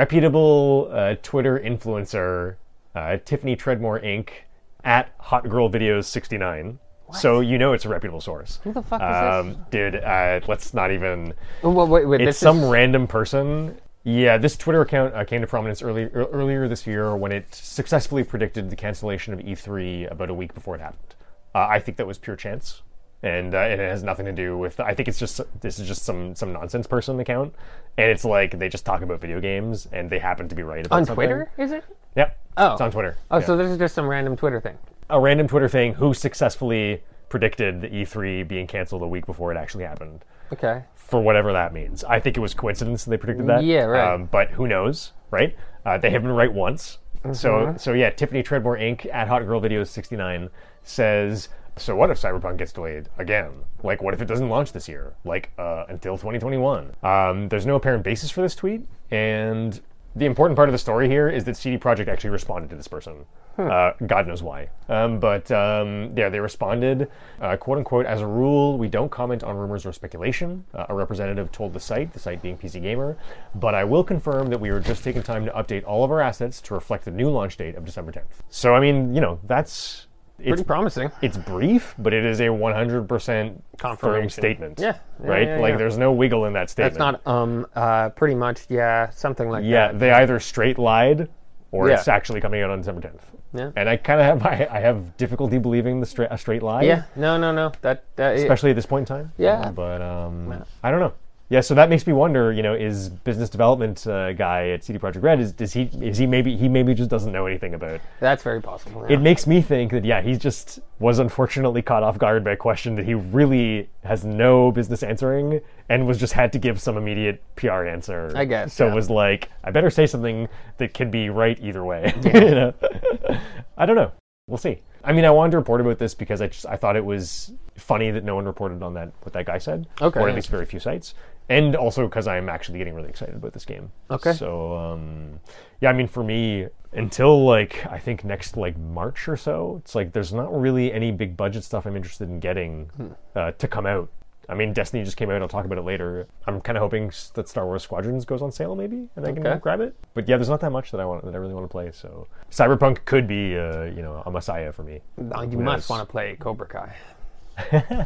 reputable uh, Twitter influencer uh, Tiffany Treadmore Inc. at Hot Girl Videos 69. So you know it's a reputable source. Who
the fuck is
um, Dude, uh, let's not even.
Oh, Well, wait, wait.
It's
this
some
is,
random person. Yeah, this Twitter account uh, came to prominence early, ear- earlier this year when it successfully predicted the cancellation of E3 about a week before it happened. Uh, I think that was pure chance, and uh, and it has nothing to do with. I think it's just this is just some some nonsense person account, and it's like they just talk about video games and they happen to be right about
on
something.
Twitter. Is it?
Yep.
Oh.
It's on Twitter.
Oh,
Yeah.
so this is just some random Twitter thing.
a random Twitter thing who successfully predicted the E3 being canceled a week before it actually happened,
Okay.
for whatever that means. I think it was coincidence that they predicted that. Um,
Yeah, right.
but who knows, right? Uh, they have been right once.
Mm-hmm.
So, so yeah, Tiffany Treadmore Inc. at Hot Girl Videos 69 says, so what if Cyberpunk gets delayed again? Like, what if it doesn't launch this year? Like, uh, until 2021? Um, there's no apparent basis for this tweet, and the important part of the story here is that CD Projekt actually responded to this person.
Hmm.
Uh, God knows why. Um, but um, yeah, they responded, uh, quote unquote, as a rule, we don't comment on rumors or speculation. Uh, a representative told the site, the site being PC Gamer, but I will confirm that we are just taking time to update all of our assets to reflect the new launch date of December 10th. So, I mean, you know, that's. It's,
Pretty promising.
it's brief, but it is a 100%
Confirmation.
firm statement.
Yeah. Yeah,
right?
yeah,
like,
yeah.
there's no wiggle in that statement.
It's not um uh pretty much yeah something like
Yeah, they either straight lied or
Yeah.
it's actually coming out on December 10th.
Yeah.
And I kind of have I, I have difficulty believing the straight a straight lie.
that. Yeah. No, no, no. That that
Especially at this point in time.
Yeah.
But um, I don't know. Yeah, so that makes me wonder. You know, is business development uh, guy at CD Projekt Red is does he is he maybe he maybe just doesn't know anything about
that's very possible. yeah.
it makes me think that yeah he just was unfortunately caught off guard by a question that he really has no business answering and was just had to give some immediate pr answer
I guess,
so
yeah.
it was like i better say something that can be right either way you know? i don't know we'll see i mean i wanted to report about this because i just i thought it was funny that no one reported on that what that guy said
Okay,
or at
yeah.
least very few sites and also because i'm actually getting really excited about this game
Okay.
so um, yeah, I mean, for me, until like I think next like March or so, it's like there's not really any big budget stuff I'm interested in getting
Hmm.
uh, to come out. I mean, Destiny just came out. I'll talk about it later. I'm kind of hoping s- that Star Wars Squadrons goes on sale maybe, and I can
Okay.
grab it. But yeah, there's not that much that I want that I really want to play. So Cyberpunk could be uh, you know a messiah for me.
No, Uh, you
Who knows?
must want to play Cobra Kai.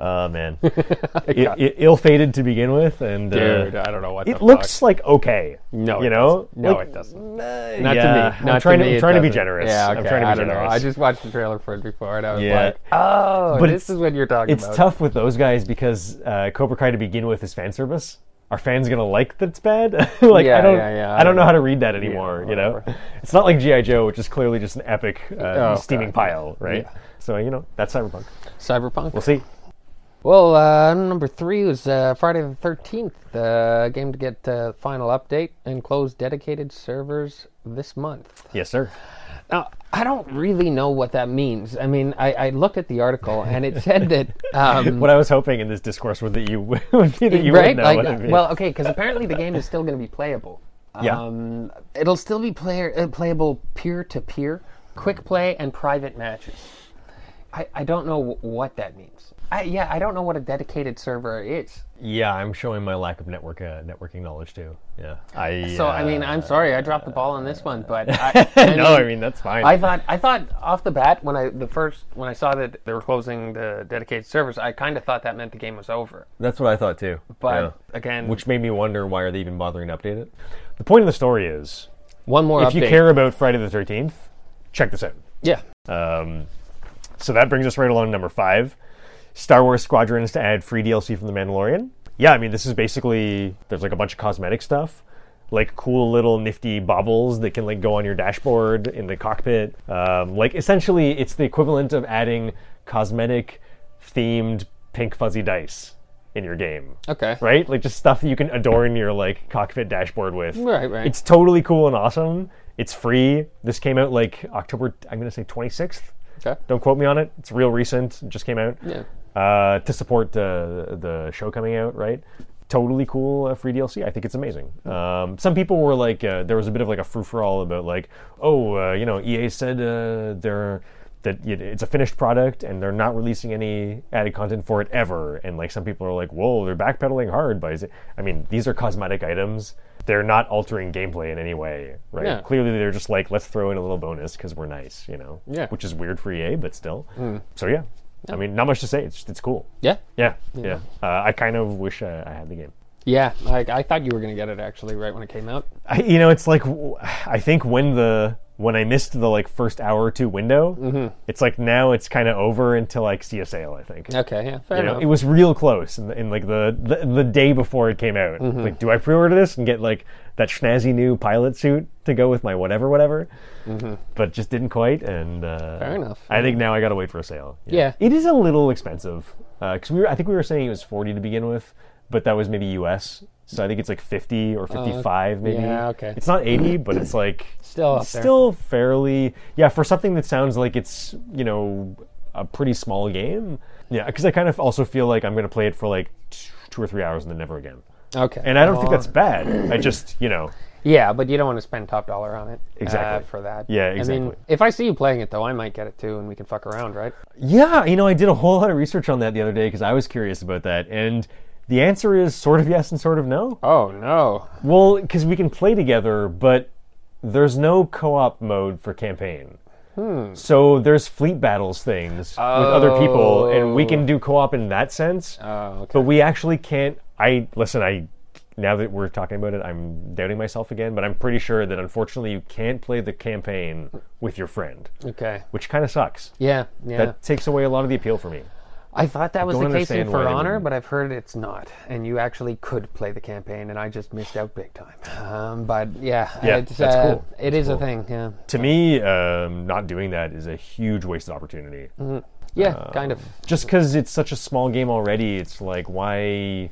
Oh man, I- I- ill-fated to begin with, and uh,
Dude, I don't know what
It
the
looks
fuck.
like okay.
No,
you
it
know,
doesn't. No,
Like,
it doesn't.
Uh,
Not
yeah,
to me.
I'm
Not
trying to,
me,
I'm
it
trying to be
doesn't.
generous.
Yeah,
I'm
okay,
trying to be
I don't know.
generous.
I just watched the trailer for it before, and I was
Yeah.
like, "Oh,
But
this
it's-
is what you're talking
it's
about."
tough with those guys because uh, Cobra Kai to begin with is fan service. Are fans gonna like that it's bad? like
Yeah,
I don't,
yeah, yeah,
I don't know how to read that anymore. you know,
whatever. Oh,
it's not like GI Joe, which is clearly just an epic uh,
God.
steaming pile, right? So you know that's cyberpunk.
Cyberpunk.
We'll see.
Well, uh, number three was uh, Friday the Thirteenth. uh, game to get uh, final update and close dedicated servers this month.
Yes, sir.
Now, I don't really know what that means. I mean, I, I looked at the article, and it said that. Um,
What I was hoping in this discourse would that you would be that you
right?
would know.
Like,
what I mean.
Well, okay, because apparently the game is still going to be playable.
Yeah.
Um, it'll still be player uh, playable peer to peer, quick play, and private matches. I, I don't know wh- what that means. I, yeah, I don't know what a dedicated server is.
Yeah, I'm showing my lack of network uh, networking knowledge too. Yeah, I.
So I mean, I'm sorry, I dropped the ball on this one, but I,
uh, no, I mean that's fine.
I thought I thought off the bat when I the first when I saw that they were closing the dedicated servers, I kind of thought that meant the game was over.
that's what I thought too.
But
Yeah.
again,
which made me wonder why are they even bothering to update it? The point of the story is,
one more
if you care about Friday the Thirteenth, check this out.
yeah,
Um, so that brings us right along to number five Star Wars Squadrons to add free DLC from The Mandalorian. Yeah, I mean, this is basically there's like a bunch of cosmetic stuff, like cool little nifty baubles that can like go on your dashboard in the cockpit. Um, like essentially, it's the equivalent of adding cosmetic themed pink fuzzy dice in your game.
okay,
Right? Like just stuff that you can adorn your like cockpit dashboard with.
Right, right.
It's totally cool and awesome. It's free. This came out like October I'm gonna say twenty sixth.
okay,
Don't quote me on it. It's real recent. It just came out.
yeah.
Uh, to support the the show coming out, right? Totally cool uh, free DLC. I think it's amazing.
Hmm.
Um, some people were like, uh, there was a bit of like a frou for all about like, oh, uh, you know, EA said uh, they're that it- it's a finished product and they're not releasing any added content for it ever. And like some people are like, whoa, they're backpedaling hard. But I mean, these are cosmetic items. They're not altering gameplay in any way, right?
Yeah.
Clearly, they're just like, let's throw in a little bonus because we're nice, you know?
Yeah.
Which is weird for EA, but still. So Hmm. yeah. I mean, not much to say. It's just, it's cool.
Yeah,
Yeah, yeah. Uh, I kind of wish uh, I had the game.
yeah. Like I thought you were gonna get it actually right when it came out.
I, you know, it's like w- I think when the when I missed the like first hour or two window, it's like now it's kind of over until like see a sale. I think.
Okay, yeah, fair
You know,
enough.
it was real close in, the, in like the, the the day before it came out.
Mm-hmm.
Like, do I pre-order this and get like that schnazzy new pilot suit to go with my whatever, whatever? But just didn't quite. And uh,
Mm-hmm. Fair enough.
I think now I gotta wait for a sale.
Yeah.
it is a little expensive because we were, I think we were saying it was forty to begin with, but that was maybe U.S. So I think it's like fifty or fifty-five, maybe.
Uh, yeah, okay.
It's not eighty, but it's like
Still up
it's
there.
still fairly yeah for something that sounds like it's you know a pretty small game yeah because i kind of also feel like i'm going to play it for like t- two or three hours and then never again
okay,
and i don't think
Well,
that's bad i just you know
Yeah, but you don't want to spend top dollar on it.
Exactly.
Uh, for that.
Yeah,
I mean,
exactly.
if I see you playing it though, I might get it too, and we can fuck around, right?
yeah you know i did a whole lot of research on that the other day because i was curious about that and the answer is sort of yes and sort of no
Oh no.
well because we can play together but there's no co-op mode for campaign
Hmm.
so there's fleet battles things with other people and we can do co-op in that sense
Oh, okay.
But we actually can't. I listen. I now that we're talking about it, I'm doubting myself again. But I'm pretty sure that unfortunately you can't play the campaign with your friend,
Okay.
which kind of sucks.
Yeah, yeah.
That takes away a lot of the appeal for me.
I thought that was the
don't
case in
understand why
For
they
Honor,
wouldn't.
but I've heard it's not. And you actually could play the campaign, and I just missed out big time. Um, but yeah,
Yeah,
it's,
that's
uh,
cool.
It is a thing. Yeah,
To me, um, not doing that is a huge wasted opportunity.
yeah, kind of.
Just because it's such a small game already, it's like why,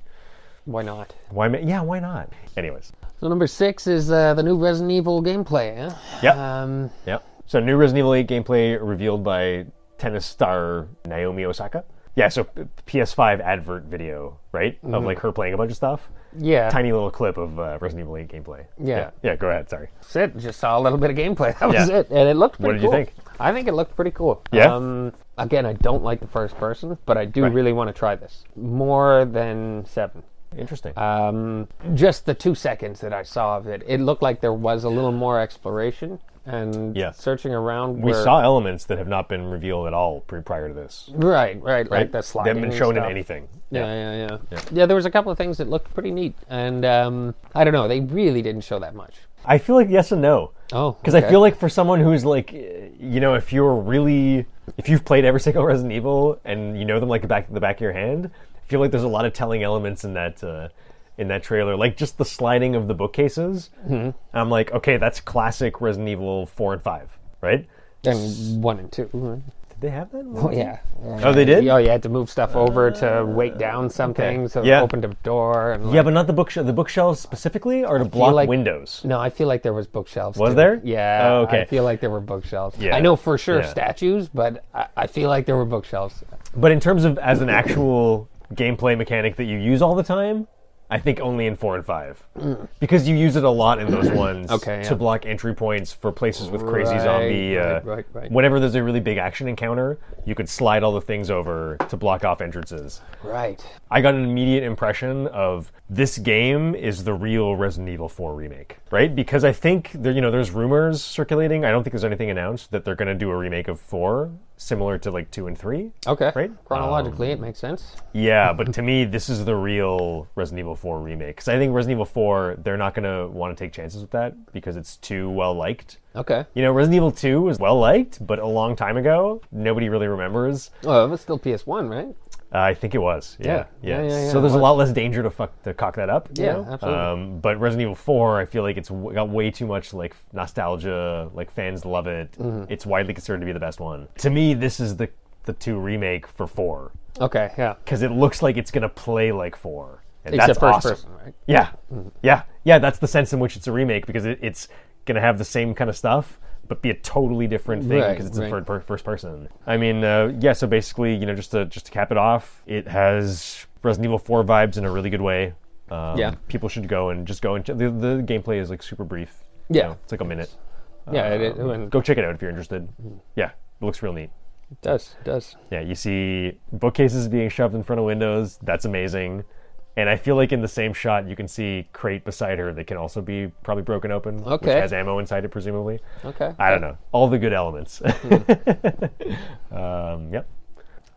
Why not?
why? ma- Yeah, why not? Anyways,
So number six is uh, the new Resident Evil gameplay. Eh?
Yep.
Um,
Yep. So new Resident Evil 8 gameplay revealed by tennis star Naomi Osaka. Yeah, so p- PS5 advert video, right?
Mm-hmm.
Of like her playing a bunch of stuff.
yeah.
Tiny little clip of uh, Resident Evil 8 gameplay.
Yeah.
yeah. go ahead. Sorry.
That's it. Just saw a little bit of gameplay. That was
Yeah.
it, and it looked pretty
did you
cool.
think?
I think it looked pretty cool.
Yeah?
Um, again, I don't like the first person, but I do
Right.
really want to try this more than seven.
Interesting.
Um, just the two seconds that I saw of it, it looked like there was a little more exploration and
Yeah.
searching around.
we
were-
saw elements that have not been revealed at all pre- prior to this.
right, right, like the
They
sliding.
haven't been
and
shown
stuff.
in anything.
Yeah, yeah, yeah, yeah. there was a couple of things that looked pretty neat, and um, I don't know, they really didn't show that much.
I feel like yes and no.
Oh,
Because I feel like for someone who's like, eh, you know, if you're really, if you've played every single Resident Evil and you know them like the back the back of your hand, I feel like there's a lot of telling elements in that uh, in that trailer, like just the sliding of the bookcases. I'm like, okay, that's classic Resident Evil four and five, right?
and one and two.
Did they have that? in
Oh
Resident
yeah.
Oh, they did? Uh,
Oh, you had to move stuff over to weight down something, so
Yeah.
opened a door. And
Evil? Yeah, but not the bookshelf. The bookshelves specifically, or to block
like-
windows.
No, I feel like there was bookshelves.
Was
too.
there?
Yeah.
Oh, okay.
I feel like there were bookshelves.
Yeah.
I know for sure
Yeah.
statues, but I, I feel like there were bookshelves.
But in terms of as an actual gameplay mechanic that you use all the time, I think only in four and five because you use it a lot in those ones
Mm. Okay,
to
yeah.
block entry points for places with crazy
Right,
zombie.
right,
uh,
right, right.
Whenever there's a really big action encounter, you could slide all the things over to block off entrances.
Right.
I got an immediate impression of this game is the real Resident Evil 4 remake, right? Because I think there, you know, there's rumors circulating. I don't think there's anything announced that they're going to do a remake of 4 similar to like 2 and 3.
Okay.
Right?
Chronologically,
Um,
it makes sense.
Yeah, but to me, this is the real Resident Evil 4 remake. Because I think Resident Evil 4, they're not going to want to take chances with that because it's too well liked.
Okay.
You know, Resident Evil 2 was well liked, but a long time ago, nobody really remembers.
Well, Oh, it was still PS1, right?
Uh, I think it was. Yeah.
Yeah.
Yeah.
Yeah, yeah, yeah,
so
it
there's a
was.
lot less danger to fuck to cock that up. you
Yeah,
know?
absolutely.
Um, but Resident Evil 4, I feel like it's w- got way too much like nostalgia. Like fans love it.
Mm-hmm.
It's widely considered to be the best one. To me, this is the the two remake for four
Okay, yeah.
because it looks like it's gonna play like four. And that's
Except first
awesome.
person, right?
Yeah, yeah, yeah. That's the sense in which it's a remake because it, it's gonna have the same kind of stuff, but be a totally different thing
Right,
because it's
right.
a third per- first person. I mean, uh, yeah. So basically, you know, just to just to cap it off, it has Resident Evil Four vibes in a really good way. Um,
Yeah.
people should go and just go and ch- the, the gameplay is like super brief. you
Yeah.
know, it's like a minute.
Yeah, it, it, it
Go check it out if you're interested. Yeah, it looks real neat.
does, it does.
Yeah, you see bookcases being shoved in front of windows. That's amazing. And I feel like in the same shot, you can see crate beside her that can also be probably broken open, which
Okay.
has ammo inside it, presumably.
Okay. Hmm.
I don't know. All the good elements. um, yep.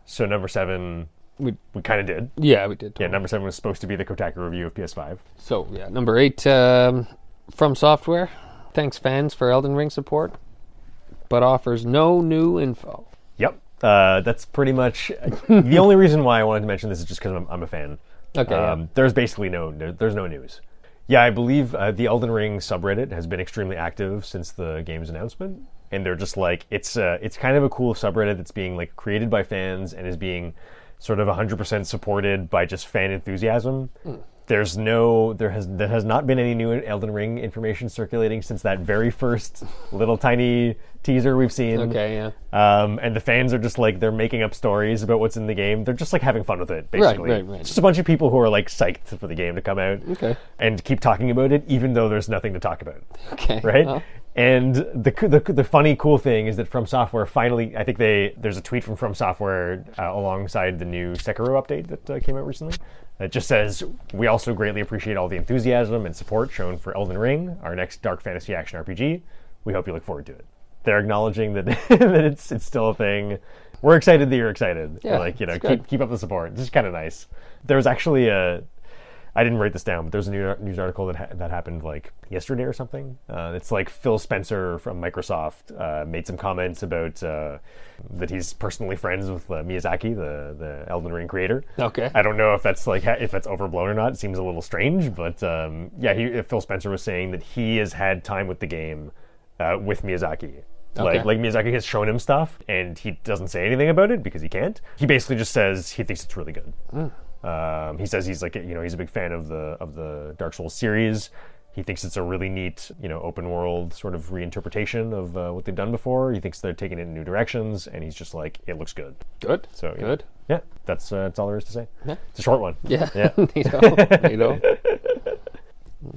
So number seven,
We,
we kind of did.
yeah, we did.
Yeah,
talk.
number seven was supposed to be the Kotaku review of PS5.
So, yeah, number eight um, from software. Thanks, fans, for Elden Ring support, but offers no new info.
Yep.
Hmm.
Uh, that's pretty much the only reason why I wanted to mention this is just because I'm, I'm a fan.
Okay, yeah.
Um, There's basically no, no there's no news. Yeah, I believe uh, the Elden Ring subreddit has been extremely active since the game's announcement, and they're just like it's uh, it's kind of a cool subreddit that's being like created by fans and is being sort of 100% supported by just fan enthusiasm.
Hmm.
There's no there has there has not been any new Elden Ring information circulating since that very first little tiny teaser we've seen.
Okay, yeah.
Um, and the fans are just like they're making up stories about what's in the game. They're just like having fun with it, basically.
right, right.
It's just a bunch of people who are like psyched for the game to come out
Okay.
and keep talking about it, even though there's nothing to talk about,
Okay.
right?
well,
And the, co- the the funny cool thing is that From Software finally, I think they there's a tweet from From Software uh, alongside the new Sekiro update that uh, came out recently. That just says we also greatly appreciate all the enthusiasm and support shown for Elden Ring, our next dark fantasy action RPG. We hope you look forward to it. They're acknowledging that, that it's it's still a thing. We're excited that you're excited.
Yeah,
like you know,
it's good.
keep keep up the support. This is kind of nice. There was actually a I didn't write this down, but there's a new news article that ha- that happened like yesterday or something. Uh, it's like Phil Spencer from Microsoft uh, made some comments about uh, that he's personally friends with uh, Miyazaki, the the Elden Ring creator.
Okay.
I don't know if that's like ha- if that's overblown or not. It seems a little strange, but um, yeah, he, Phil Spencer was saying that he has had time with the game uh, with Miyazaki.
Okay.
Like, like Miyazaki has shown him stuff, and he doesn't say anything about it because he can't. He basically just says he thinks it's really good. Um, he says he's like you know he's a big fan of the of the Dark Souls series. He thinks it's a really neat you know open world sort of reinterpretation of uh, what they've done before. He thinks they're taking it in new directions, and he's just like it looks good.
Good.
So yeah.
Good.
Yeah, that's uh, that's all there is to say.
Yeah.
It's a short one.
Yeah.
Yeah.
Neato. Neato.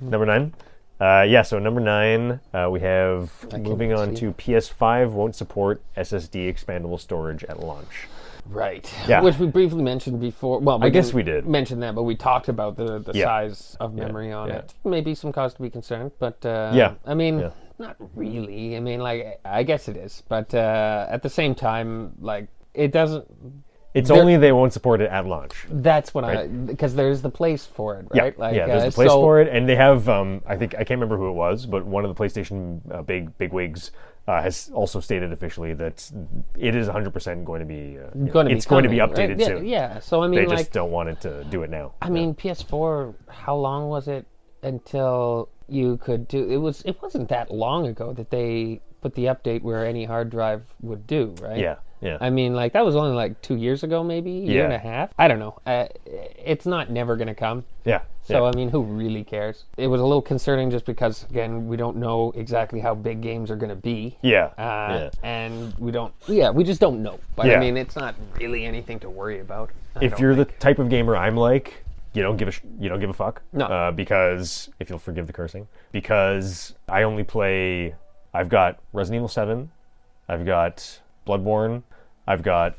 Number nine. Uh, yeah, so number nine, uh, we have
can
moving on
see.
to PS5 won't support SSD expandable storage at launch.
Right.
Yeah.
Which we briefly mentioned before. Well, we
I guess
didn't
we did.
mention that, but we talked about the, the
Yeah.
size of memory on
yeah.
it. Maybe some cause to be concerned, but uh,
Yeah.
I mean,
Yeah.
not really. I mean, like I guess it is, but uh, at the same time, like it doesn't.
It's
There-
only they won't support it at launch.
That's what I because there's the place for it,
Yeah,
right? Like
yeah. There's
uh,
a place
so-
for it, and they have. Um, I think I can't remember who it was, but one of the PlayStation uh, big big wigs uh, has also stated officially that it is 100% going to be. Uh, you know,
Gonna be
it's going to be
coming,
updated
right? yeah,
soon.
Yeah. So I mean,
They
like,
just uh, don't want it to do it now.
I mean, PS4. How long was it until you could do it? Was it wasn't that long ago that they put the update where any hard drive would do, right?
Yeah, yeah.
I mean, like that was only like two years ago, maybe a year
Yeah.
and a half. I don't know. Uh, it's not never gonna come.
yeah.
So
yeah.
I mean, who really cares? It was a little concerning just because, again, we don't know exactly how big games are gonna be.
yeah.
Uh,
yeah.
And we don't. Yeah, we just don't know. But I
Yeah.
mean, it's not really anything to worry about. I
if
don't
you're
think.
the type of gamer I'm like, you don't give a sh- you don't give a fuck.
No.
Uh, because if you'll forgive the cursing, because I only play. I've got Resident Evil Seven. I've got Bloodborne. I've got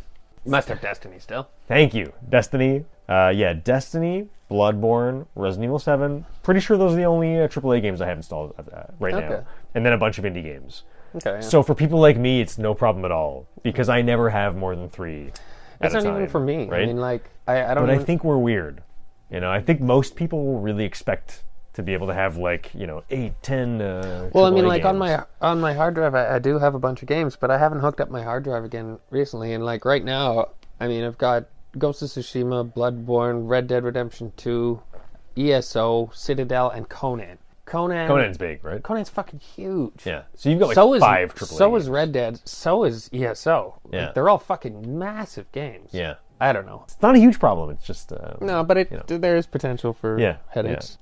You must have Destiny still.
Thank you, Destiny. Uh, yeah, Destiny, Bloodborne, Resident Evil Seven. Pretty sure those are the only uh, AAA games I have installed uh, right
Okay.
now, and then a bunch of indie games.
Okay.
So for people like me, it's no problem at all because I never have more than three.
That's
at
not
a time,
even for me.
right?
I mean, like, I, I don't.
but I
even-
think we're weird. You know, I think most people will really expect to be able to have like you know eight, ten. Uh,
well, I mean,
AAA
like on
games.
my on my hard drive, I, I do have a bunch of games, but I haven't hooked up my hard drive again recently. And like right now, I mean, I've got Ghost of Tsushima, Bloodborne, Red Dead Redemption Two, ESO, Citadel, and Conan. Conan.
Conan's big, right?
Conan's fucking huge.
Yeah. So you've got like
so is
five AAA.
so
games.
is Red Dead. So is ESO. Like,
Yeah.
they're all fucking massive games.
Yeah.
I don't know.
It's not a huge problem. It's just uh,
No, but it, there is potential for
Yeah,
headaches.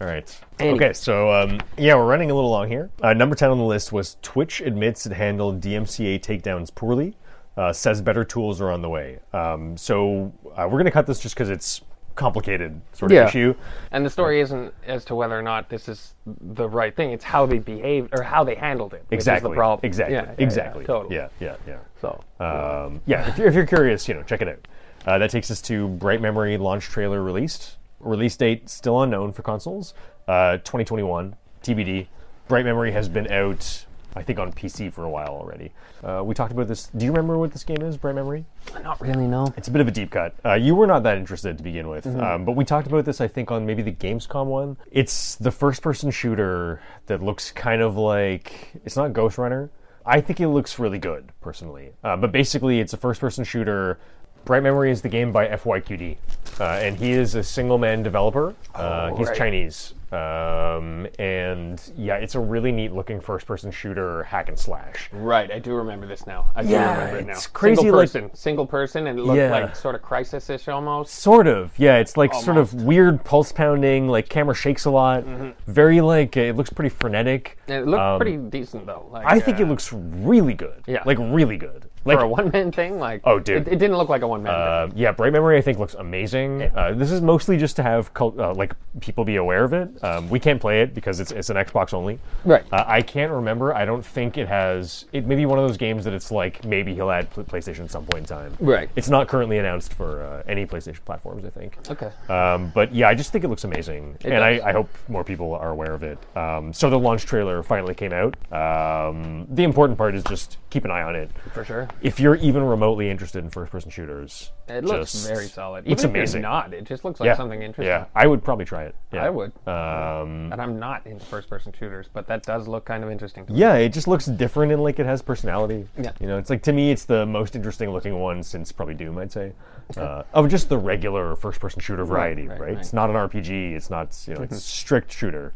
All right.
Anyway.
Okay, so um, yeah, we're running a little long here. Uh, number 10 on the list was Twitch admits it handled DMCA takedowns poorly, uh, says better tools are on the way. Um, so uh, we're going to cut this just because it's complicated sort of
Yeah.
issue.
And the story isn't as to whether or not this is the right thing. It's how they behaved or how they handled it. Which
Exactly.
Is the problem.
Exactly.
Yeah, yeah, yeah,
exactly.
totally.
Yeah, yeah, yeah.
So.
Um, yeah, if you're, if you're curious, you know, check it out. Uh, that takes us to Bright Memory launch trailer released. Release date still unknown for consoles. Uh, 2021 TBD. Bright Memory has been out, I think, on PC for a while already. Uh, we talked about this. Do you remember what this game is, Bright Memory?
Not really. No.
It's a bit of a deep cut. Uh, you were not that interested to begin with, um, but we talked about this, I think, on maybe the Gamescom one. It's the first person shooter that looks kind of like. It's not Ghost Runner. I think it looks really good, personally. Uh, but basically, it's a first person shooter. Bright Memory is the game by FYQD, uh, and he is a single man developer. Uh, he's
right.
Chinese. Um, and yeah, it's a really neat looking first person shooter hack and slash.
Right. I do remember this now. I do
Yeah,
remember it now.
it's crazy,
Single
like-
person. single person, and it looked
Yeah.
like sort of crisis-ish almost.
Sort of, yeah. It's like
Oh,
sort of weird pulse pounding. Like camera shakes a lot.
Mm-hmm.
Very like uh, it looks pretty frenetic.
And it looked pretty decent though. Like,
Um, I think
uh,
it looks really good.
Yeah.
like really good. Like
for a one-man thing. Like.
Oh, dude.
It, it didn't look like a one-man
uh, yeah, Bright Memory I think looks amazing. Uh, this is mostly just to have cult, uh, like people be aware of it. Um, we can't play it because it's it's an Xbox only.
thing. Right.
Uh, I can't remember. I don't think it has. It may be one of those games that it's like maybe he'll add pl- PlayStation at some point in time.
Right.
It's not currently announced for uh, any PlayStation platforms. I think.
okay.
Um, but yeah, I just think it looks amazing, and
does.
I, I hope more people are aware of it. Um, so the launch trailer finally came out. Um, the important part is just keep an eye on it.
For sure.
If you're even remotely interested in first-person shooters,
It looks
just-
very solid.
It's
Even if you're
amazing.
Not. It just looks like
yeah.
something interesting.
Yeah, I would probably try it. Yeah.
I would.
Um,
And I'm not into first-person shooters, but that does look kind of interesting. To me.
yeah, it just looks different and like it has personality.
Yeah.
you know, it's like to me, it's the most interesting looking one since probably Doom, I'd say, uh, of just the regular first-person shooter variety.
right,
Right,
right. Mm-hmm.
It's not an RPG. It's not you know, it's strict shooter.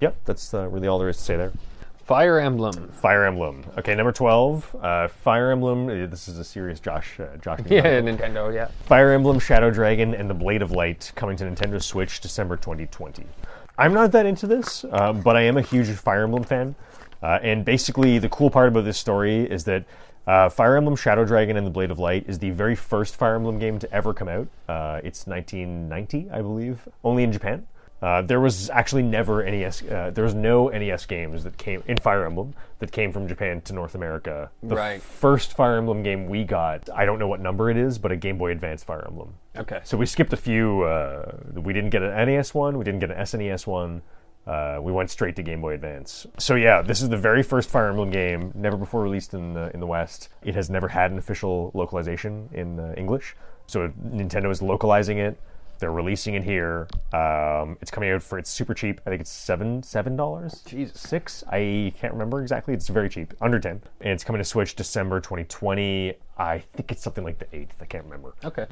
Yep, that's uh, really all there is to say there.
Fire Emblem.
Fire Emblem. Okay, number twelve. Uh, Fire Emblem. uh, This is a serious Josh. Uh, Josh.
Yeah,
Nintendo.
Nintendo. Yeah.
Fire Emblem Shadow Dragon and the Blade of Light coming to Nintendo Switch December 2020. I'm not that into this, um, but I am a huge Fire Emblem fan. Uh, and basically, the cool part about this story is that uh, Fire Emblem Shadow Dragon and the Blade of Light is the very first Fire Emblem game to ever come out. Uh, it's 1990, I believe, only in Japan. Uh, there was actually never NES. Uh, there was no NES games that came in Fire Emblem that came from Japan to North America. The
Right.
first Fire Emblem game we got, I don't know what number it is, but a Game Boy Advance Fire Emblem.
Okay.
So we skipped a few. Uh, we didn't get an NES one. We didn't get an SNES one. Uh, we went straight to Game Boy Advance. So yeah, this is the very first Fire Emblem game, never before released in the in the West. It has never had an official localization in uh, English. So Nintendo is localizing it. They're releasing it here. Um, it's coming out for it's super cheap. I think it's seven seven dollars.
Jesus.
six. I can't remember exactly. It's very cheap, under ten. And it's coming to Switch December 2020. I think it's something like the eighth. I can't remember
Okay.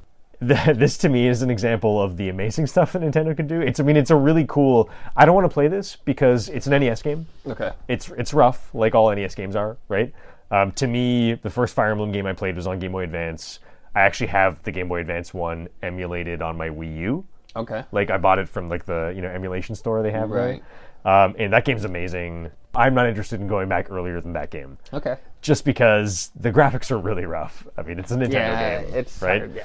th- this to me is an example of the amazing stuff that Nintendo can do. It's I mean it's a really cool. I don't want to play this because it's an NES game.
Okay.
It's it's rough like all NES games are, right? Um, to me, the first Fire Emblem game I played was on Game Boy Advance. I actually have the Game Boy Advance one emulated on my Wii U.
Okay.
Like I bought it from like the you know emulation store they have,
Right.
Um, and that game's amazing. I'm not interested in going back earlier than that game,
Okay.
just because the graphics are really rough. I mean, it's a Nintendo
Yeah,
game,
it's
right?
Yeah.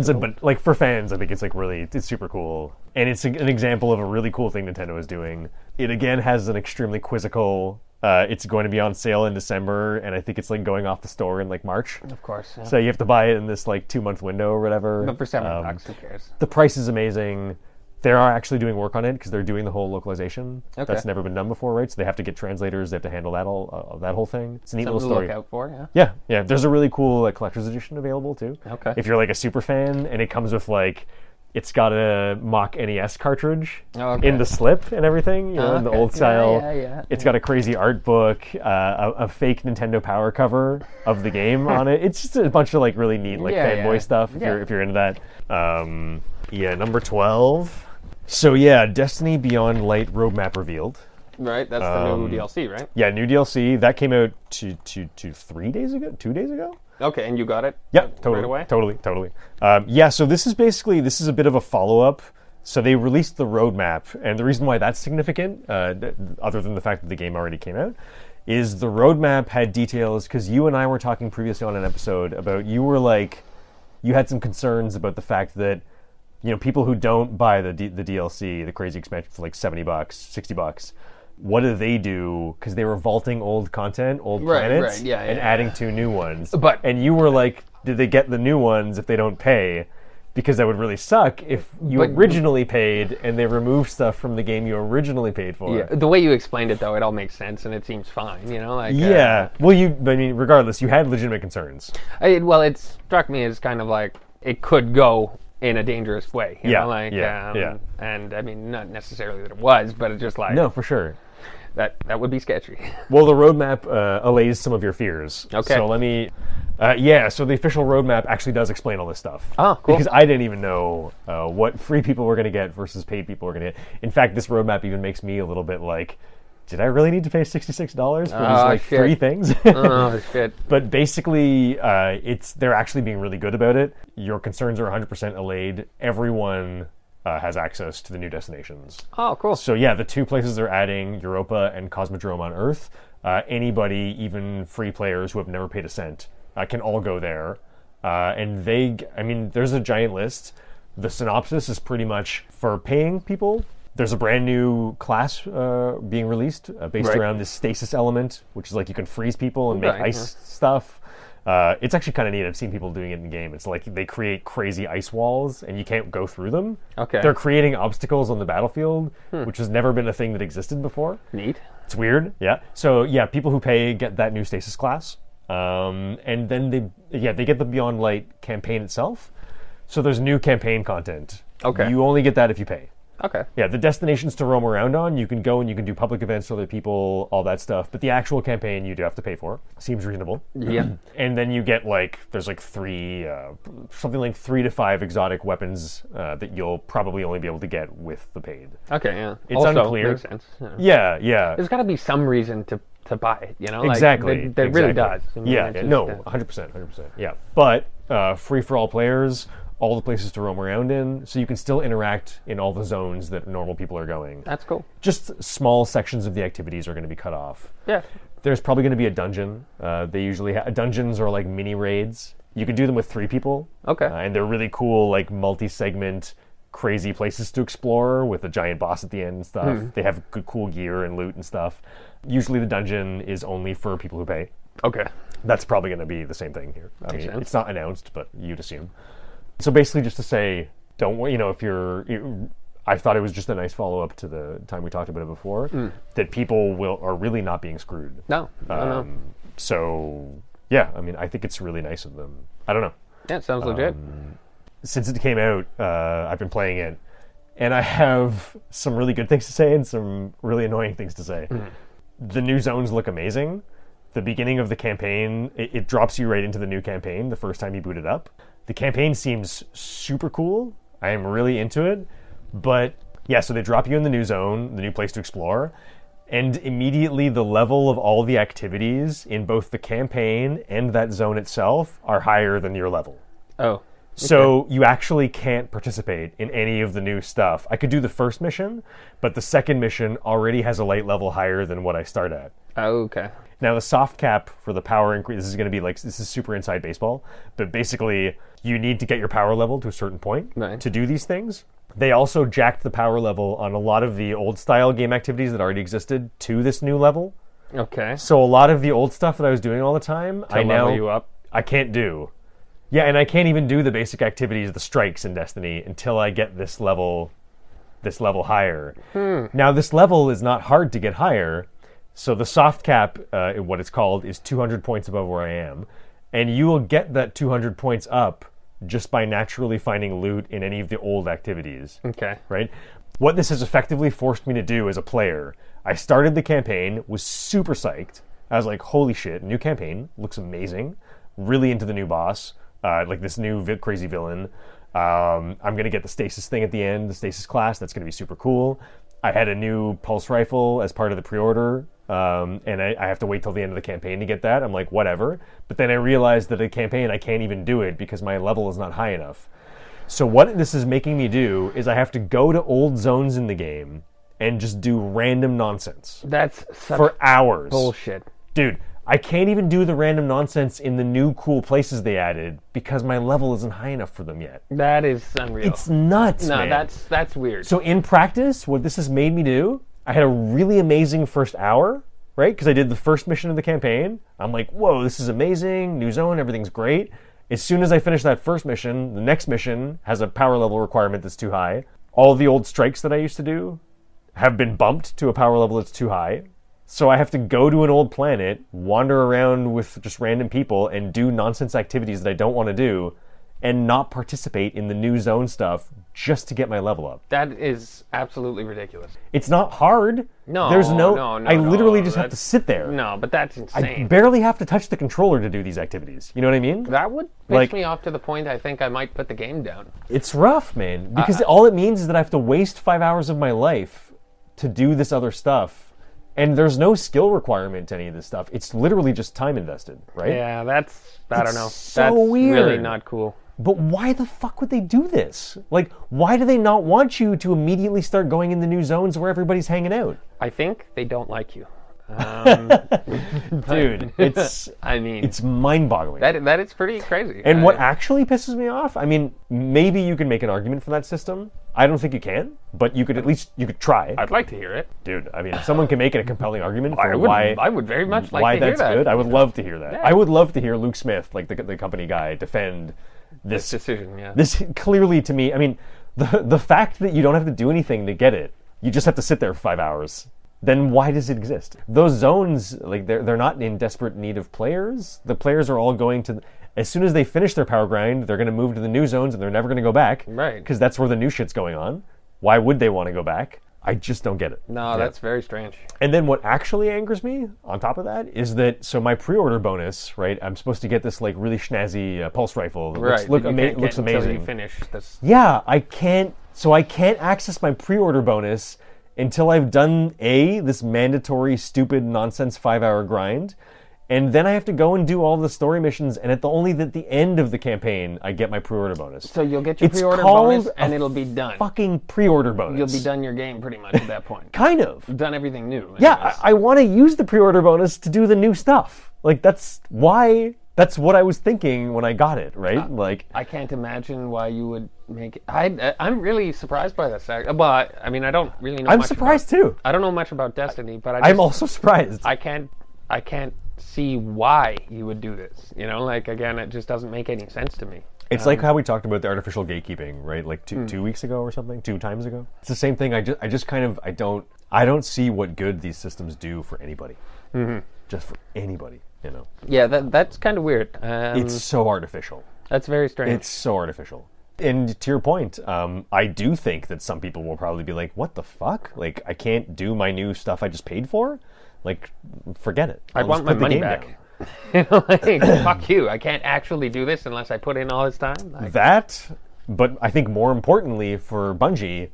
So, but like for fans, I think it's like really it's super cool, and it's an example of a really cool thing Nintendo is doing. It again has an extremely quizzical. Uh, it's going to be on sale in December, and I think it's like going off the store in like March.
Of course. yeah.
So you have to buy it in this like two month window or whatever.
but for seven
Um,
bucks, who cares?
the price is amazing. They are actually doing work on it because they're doing the whole localization.
Okay.
That's never been done before, right? So they have to get translators. They have to handle that all uh, that whole thing. It's a neat
Something to
little story.
look out for. Yeah.
Yeah, yeah. There's a really cool like collector's edition available too.
Okay.
If you're like a super fan, and it comes with like, it's got a mock NES cartridge
Oh, okay. Oh,
in the slip and everything. You know, in the
Okay.
old
Yeah,
style.
yeah, yeah.
It's got a crazy art book, uh, a, a fake Nintendo Power cover of the game on it. It's just a bunch of like really neat like
Yeah,
fanboy
yeah.
stuff if
Yeah.
you're if you're into that. Um, yeah, number twelve. So yeah, Destiny Beyond Light roadmap revealed.
Right. That's
um,
the new DLC, right?
Yeah, new DLC that came out two, two, two, three days ago, two days ago.
Okay, and you got it.
Yeah,
Right
totally,
away?
totally, totally. Um, yeah, so this is basically this is a bit of a follow up. So they released the roadmap, and the reason why that's significant, uh, th- other than the fact that the game already came out, is the roadmap had details because you and I were talking previously on an episode about you were like, you had some concerns about the fact that you know people who don't buy the D- the DLC, the crazy expansion for like seventy bucks, sixty bucks. What do they do? Because they were vaulting old content, old
Right,
planets,
right, yeah,
and
yeah.
adding two new ones.
But-
and you were like, did they get the new ones if they don't pay? Because that would really suck if you
But-
originally paid and they remove stuff from the game you originally paid for.
Yeah, the way you explained it, though, it all makes sense and it seems fine. You know, like uh,
Yeah. Well, you. I mean, regardless, you had legitimate concerns.
I, well, it struck me as kind of like it could go in a dangerous way. You
Yeah,
know, like
yeah,
um,
yeah.
And I mean, not necessarily that it was, but it's just like
No, for sure.
that that would be sketchy.
Well, the roadmap uh, allays some of your fears.
Okay.
So let me. Uh, yeah, so the official roadmap actually does explain all this stuff.
Oh, cool.
Because I didn't even know uh, what free people were going to get versus paid people were going to get. In fact, this roadmap even makes me a little bit like, did I really need to pay $66 for these
Ah,
like
shit.
three things?
oh shit!
but basically, uh, it's they're actually being really good about it. Your concerns are 100% allayed. Everyone uh, has access to the new destinations.
Oh, cool.
So yeah, the two places they're adding Europa and Cosmodrome on Earth. Uh, anybody, even free players who have never paid a cent, uh, can all go there. Uh, and they, g- I mean, there's a giant list. The synopsis is pretty much for paying people. There's a brand new class uh, being released uh, based
Right.
around this stasis element, which is like you can freeze people and make
Right, Uh-huh.
ice stuff. Uh, it's actually kind of neat. I've seen people doing it in the game. It's like they create crazy ice walls, and you can't go through them.
Okay. Hmm.
They're creating obstacles on the battlefield, which has never been a thing that existed before.
Neat.
It's weird. Yeah. So yeah, people who pay get that new stasis class, um, and then they yeah they get the Beyond Light campaign itself. So there's new campaign content.
Okay.
You only get that if you pay.
Okay.
Yeah, the destinations to roam around on, you can go and you can do public events for other people, all that stuff. But the actual campaign, you do have to pay for. Seems reasonable.
Yeah.
And then you get like there's like three, uh, something like three to five exotic weapons uh, that you'll probably only be able to get with the paid.
Okay. Yeah.
It's
also,
unclear.
Makes sense. Yeah.
Yeah, yeah,
There's got to be some reason to to buy it. You know, like,
exactly.
there- there really does.
exactly.
I mean,
yeah,
it's
yeah,
just,
no,
uh,
100 percent, 100 percent. Yeah, but uh, free for all players, all the places to roam around in, so you can still interact in all the zones that normal people are going.
that's cool.
Just small sections of the activities are going to be cut off.
Yeah.
There's probably going to be a dungeon. Uh, they usually ha- dungeons are like mini raids. You can do them with three people.
Okay.
Uh, and they're really cool, like multi-segment, crazy places to explore with a giant boss at the end and stuff. They have good, cool gear and loot and stuff. Usually, the dungeon is only for people who pay.
Okay.
That's probably going to be the same thing here. I mean,
sense.
it's not announced, but you'd assume. So basically, just to say, don't wa- you know if you're. You, I thought it was just a nice follow up to the time we talked about it before. That people will are really not being screwed.
Hmm. No. No. no.
Um, so yeah, I mean, I think it's really nice of them. I don't know.
Yeah, it sounds legit.
um, Since it came out, uh, I've been playing it, and I have some really good things to say and some really annoying things to say. The new zones look amazing. The beginning of the campaign, it, it drops you right into the new campaign the first time you boot it up. The campaign seems super cool. I am really into it, but yeah, so they drop you in the new zone, the new place to explore, and immediately the level of all the activities in both the campaign and that zone itself are higher than your level.
oh.
So you actually can't participate in any of the new stuff. I could do the first mission, but the second mission already has a light level higher than what I start at.
Okay.
Now the soft cap for the power increase this is going to be like this is super inside baseball, but basically you need to get your power level to a certain point
Right.
to do these things. They also jacked the power level on a lot of the old style game activities that already existed to this new level.
Okay.
So a lot of the old stuff that I was doing all the time, I now
level you up.
I can't do. Yeah, and I can't even do the basic activities, the strikes in Destiny, until I get this level, this level higher. Now this level is not hard to get higher, so the soft cap, uh, what it's called, is 200 points above where I am, and you will get that 200 points up just by naturally finding loot in any of the old activities
Okay.
right? What this has effectively forced me to do as a player, I started the campaign, was super psyched. I was like, holy shit, new campaign, looks amazing. Really into the new boss, uh, like this new vi- crazy villain. Um, I'm going to get the stasis thing at the end, the stasis class, that's going to be super cool. I had a new pulse rifle as part of the pre order, um, and I, I have to wait till the end of the campaign to get that. I'm like, whatever. But then I realized that the campaign, I can't even do it because my level is not high enough. So what this is making me do is I have to go to old zones in the game and just do random nonsense
That's such
for hours.
bullshit.
Dude, I can't even do the random nonsense in the new cool places they added because my level isn't high enough for them yet.
That is unreal.
It's nuts,
no,
man.
that's that's weird.
So in practice, what this has made me do, I had a really amazing first hour, right? Because I did the first mission of the campaign. I'm like, whoa, this is amazing, new zone, everything's great. As soon as I finish that first mission, the next mission has a power level requirement that's too high. All the old strikes that I used to do have been bumped to a power level that's too high. So I have to go to an old planet, wander around with just random people, and do nonsense activities that I don't want to do, and not participate in the new zone stuff just to get my level up.
that is absolutely ridiculous.
It's not hard.
No,
there's no.
no, no,
I
no,
literally just have to
that's-
sit there.
No, but that's
I
insane.
barely have to touch the controller to do these activities. You know what I mean?
that would piss
Like-
me off to the point I think I might put the game down.
It's rough, man. Because all it means is that I have to waste five hours of my life to do this other stuff, and there's no skill requirement to any of this stuff. It's literally just time invested, right?
Yeah, that's I
It's
don't know.
so
that's really
weird.
not cool.
But why the fuck would they do this? Like, why do they not want you to immediately start going in the new zones where everybody's hanging out,
I think they don't like you.
dude? It's
I mean,
it's mind-boggling.
that that is pretty crazy.
And
I-
what actually pisses me off, I mean, maybe you can make an argument for that system. I don't think you can, but you could at least you could try.
I'd like to hear it.
Dude, I mean, if someone can make a compelling argument for
I would.
why
I would very much like
why
to hear
that's
that.
good, I would love to hear that. I would love to hear Luke Smith, like the, the company guy, defend this
Decision. Yeah.
this clearly to me. I mean, the the fact that you don't have to do anything to get it, you just have to sit there for five hours. Then why does it exist? Those zones, like they're they're not in desperate need of players. The players are all going to. As soon as they finish their power grind, they're going to move to the new zones and they're never going to go back.
Right.
Because that's where the new shit's going on. Why would they want to go back? I just don't get it.
no, that's very strange.
And then what actually angers me on top of that is that so my pre-order bonus, right? I'm supposed to get this like really schnazzy uh, pulse rifle that
Right.
looks, look
that you
ama-
can't get
looks
until
amazing.
You finish this.
Yeah, I can't. So I can't access my pre-order bonus until I've done a this mandatory stupid nonsense five-hour grind, and then I have to go and do all the story missions. And at the only at the end of the campaign, I get my pre-order bonus.
So you'll get your
It's
pre-order
called
bonus, and
a
it'll be done.
Fucking pre-order bonus.
You'll be done your game pretty much at that point.
Kind of.
done everything new.
Yeah,
anyways.
I, I want to use the pre-order bonus to do the new stuff. Like that's why. That's what I was thinking when I got it.
Ah,
Right. like
I can't imagine why you would make. I I'm really surprised by this. I, well, I, I mean, I don't really know.
I'm
much
surprised
About,
too.
I don't know much about Destiny, but I just,
I'm also surprised.
I can't I can't see why you would do this. You know, like again, it just doesn't make any sense to me.
It's like how we talked about the artificial gatekeeping, right? Like
Hmm.
two, two weeks ago or something, two times ago. It's the same thing. I just, I just kind of, I don't, I don't see what good these systems do for anybody.
Mm-hmm.
Just for anybody, you know.
Yeah, that that's kind of weird. Um,
It's so artificial.
that's very strange.
It's so artificial. And to your point, um, I do think that some people will probably be like, "What the fuck? Like, I can't do my new stuff I just paid for. Like, forget it.
I
I'll
want
just
my
put the
money
game
back.
down."
You know, like, fuck you! I can't actually do this unless I put in all this time. Like,
That, but I think more importantly for Bungie,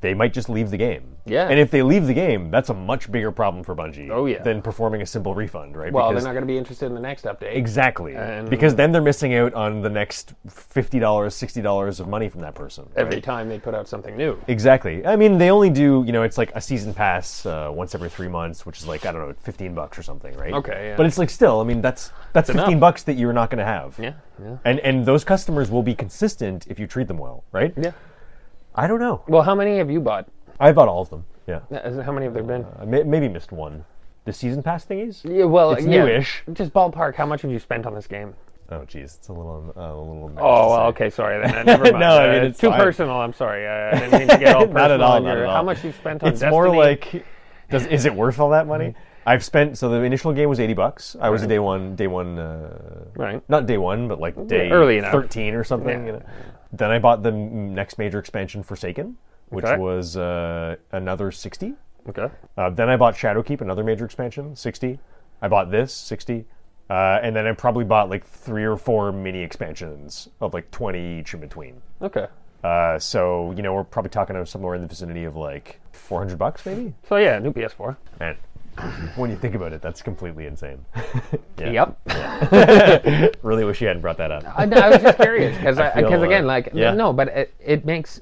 they might just leave the game.
Yeah.
And if they leave the game, that's a much bigger problem for Bungie
Oh, yeah.
than performing a simple refund, right?
Well,
Because-
they're not going to be interested in the next update.
Exactly.
And-
because then they're missing out on the next $50, $60 of money from that person. right?
Every time they put out something new.
Exactly. I mean, they only do, you know, it's like a season pass uh, once every three months, which is like, I don't know, 15 bucks or something, right?
Okay, yeah.
But it's like still, I mean, that's that's 15
enough.
bucks that you're not going to have.
Yeah, yeah.
And, and those customers will be consistent if you treat them well, right?
Yeah.
I don't know.
Well, how many have you bought?
I bought all of them. Yeah.
Uh, How many have there been?
I may, maybe missed one. The season pass thingies?
Yeah, well,
It's
yeah.
newish.
Just ballpark. How much have you spent on this game?
Oh, jeez. It's a little, uh, a little. embarrassing
Oh,
to
well,
say.
okay, sorry. Then, uh, never mind.
No, I
Uh,
mean,
it's
it's
too
fine.
personal. I'm sorry. I, I didn't mean to get all personal.
Not at all,
on
not
your-
at all.
How much you've spent on
it's
Destiny?
more like does is it worth all that money
Mm-hmm.
i've spent so the initial game was 80 bucks i was a day one day one uh,
Right.
not day one but like day
Early enough.
13 or something
Yeah.
you know. then i bought the m- next major expansion forsaken which
Okay.
was uh, another 60
Okay.
uh, then i bought shadowkeep another major expansion 60 i bought this 60 uh, and then I probably bought like three or four mini expansions of like 20 each in between.
Okay.
Uh, so, you know, we're probably talking of somewhere in the vicinity of like 400 bucks maybe?
So yeah, new PS4.
And when you think about it, that's completely insane. yeah.
Yep.
Really wish you hadn't brought that up.
Uh, I, I was just curious because
feel,
because
uh,
again, like
yeah.
no, but it, it makes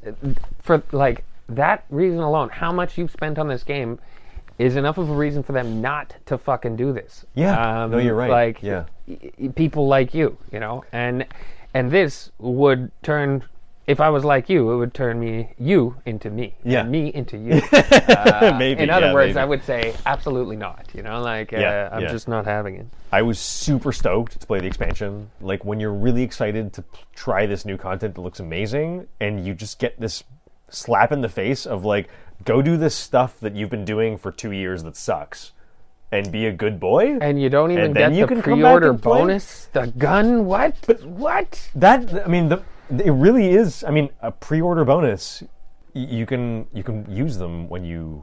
for like that reason alone, how much you've spent on this game is enough of a reason for them not to fucking do this. Um,
Yeah. No, you're right.
Like
Yeah.
y- y- people like you, you know, and and this would turn. If I was like you, it would turn me you into me, and
Yeah.
me into you.
maybe.
Uh, In other
yeah,
words,
maybe.
I would say absolutely not. You know, like uh,
Yeah,
I'm
yeah.
just not having it.
I was super stoked to play the expansion. Like when you're really excited to p- try this new content that looks amazing, and you just get this slap in the face of like, go do this stuff that you've been doing for two years that sucks, and be a good boy.
And you don't even
And
get
then you
the
can come back
pre-order
and play?
bonus, the gun. What? what?
that I mean, the, it really is. I mean, a pre-order bonus. y- You can you can use them when you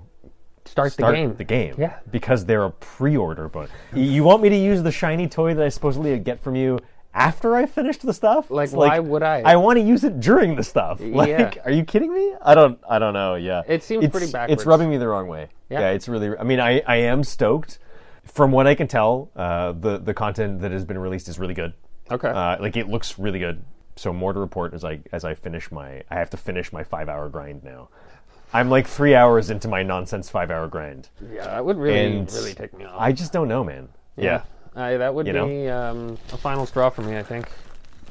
Start,
start
the game. Yeah.
Because they're a pre-order bonus. Y- You want me to use the shiny toy that I supposedly get from you after I finished the stuff?
Like,
It's
why would I?
I want to use it during the stuff. Like,
Yeah.
are you kidding me? I don't. I don't know. Yeah.
It seems
It's-
pretty backwards.
It's rubbing me the wrong way.
Yeah.
it's really. I mean, I I am stoked. From what I can tell, uh, the the content that has been released is really good.
Okay.
Uh, like it looks really good. So more to report as I as I finish my I have to finish my five hour grind now. I'm like three hours into my nonsense five hour grind.
yeah, that would really,
and
really take me off.
I just don't know, man. Yeah,
I, that would
You know?
be um, a final straw for me, I think.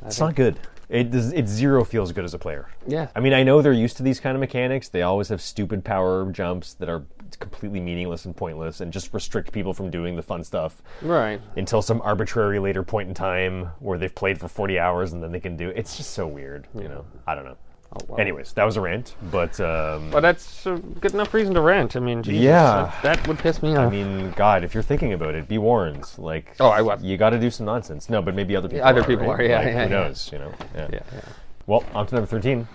it's not good. It does, it zero feels good as a player.
Yeah.
I mean, I know they're used to these kind of mechanics. They always have stupid power jumps that are completely meaningless and pointless, and just restrict people from doing the fun stuff
Right.
until some arbitrary later point in time where they've played for 40 hours and then they can do. It's just so weird. You know, I don't know.
Oh, well.
Anyways, that was a rant, but um,
But that's a good enough reason to rant. I mean, Jesus,
Yeah.
that, that would piss me
I
off.
mean, God, if you're thinking about it, be warned. Like,
Oh, I was.
You got to do some nonsense. No, but maybe other people.
Other
are,
people
right?
are, yeah,
Like,
yeah,
who
yeah.
knows? You know. Yeah.
yeah, yeah.
Well, on to number thirteen.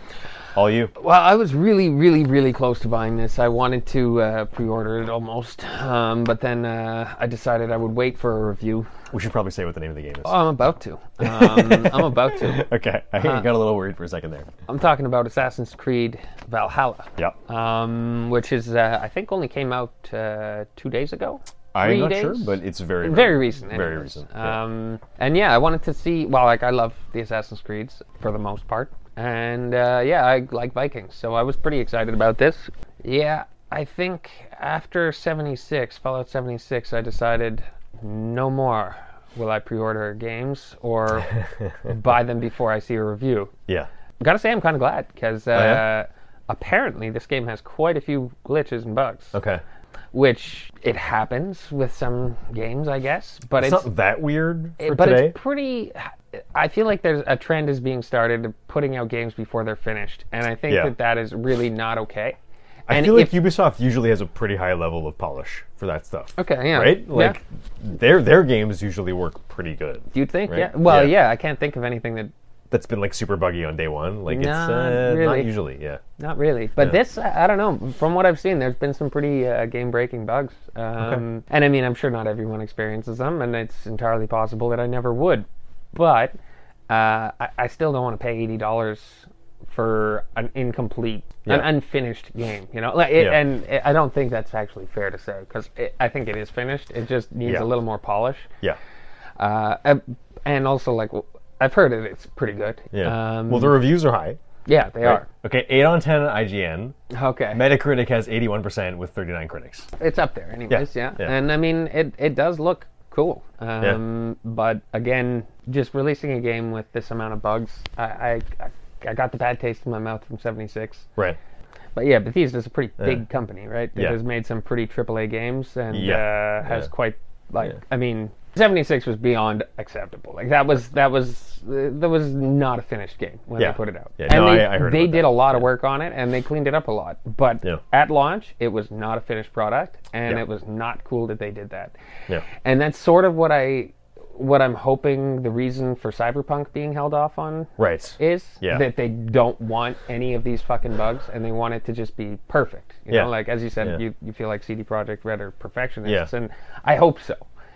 All you.
Well, I was really, really, really close to buying this. I wanted to uh, pre-order it almost, um, but then uh, I decided I would wait for a review.
We should probably say what the name of the game is.
Oh, I'm about to. Um, I'm about to.
okay, I
Uh-huh.
got a little worried for a second there.
I'm talking about Assassin's Creed Valhalla.
Yep.
um, which is uh, I think only came out uh, two days ago.
I'm
Three
not sure,
days?
but it's very
very recent.
Very
anyways.
recent. yeah.
Um, And yeah, I wanted to see. Well, like I love the Assassin's Creeds for the most part, and uh, yeah, I like Vikings, so I was pretty excited about this. Yeah, I think after '76, Fallout '76, I decided no more will I pre-order games or buy them before I see a review.
yeah.
Gotta say, I'm kind of glad because uh,
Oh, yeah?
apparently this game has quite a few glitches and bugs,
Okay.
which it happens with some games, I guess. But
It's,
it's,
not that weird for
it- but
today.
it's pretty. I feel like there's a trend is being started of putting out games before they're finished, and I think
Yeah.
that that is really not okay.
I
and
feel like
if-
Ubisoft usually has a pretty high level of polish for that stuff.
Okay, yeah,
Right?
yeah.
Like their their games usually work pretty good.
You'd think,
Right?
yeah. Well,
Yeah.
yeah. I can't think of anything that.
That's been like super buggy on day one. Like it's
Not
uh,
really.
not usually, yeah.
Not really, but this I I don't know. From what I've seen, there's been some pretty uh, game-breaking bugs, um, and I mean, I'm sure not everyone experiences them, and it's entirely possible that I never would. But uh, I, I still don't want to pay eighty dollars for an incomplete, an
Yeah.
unfinished game. You know, like it,
Yeah.
and it, I don't think that's actually fair to say because I think it is finished. It just needs
Yeah.
a little more polish.
Yeah.
Uh, and- and also like w- I've heard it, it's pretty good.
Yeah.
Um,
well, the reviews are high.
yeah, they
Okay, 8 on 10 on IGN.
are. Okay.
Metacritic has 81% with 39 critics.
it's up there anyways yeah,
yeah.
and i mean it, it does look cool um, but again just releasing a game with this amount of bugs I, I i got the bad taste in my mouth from 76
Right.
but yeah bethesda's a pretty big company right it
Yeah.
has made some pretty aaa games and
Yeah.
uh, has
Yeah.
quite like
Yeah.
i mean 76 was beyond acceptable like that was that was that was not a finished game when
Yeah.
they put it out
Yeah,
and
no,
they,
I- I heard
they
about
did
that.
a lot of work on it and they cleaned it up a lot but
Yeah.
at launch it was not a finished product and
Yeah.
it was not cool that they did that
Yeah.
and that's sort of what i what i'm hoping the reason for cyberpunk being held off on
Right.
is
Yeah.
that they don't want any of these fucking bugs and they want it to just be perfect you
Yeah.
know like as you said
Yeah.
you, you feel like cd project red are perfectionists
Yeah.
and i hope so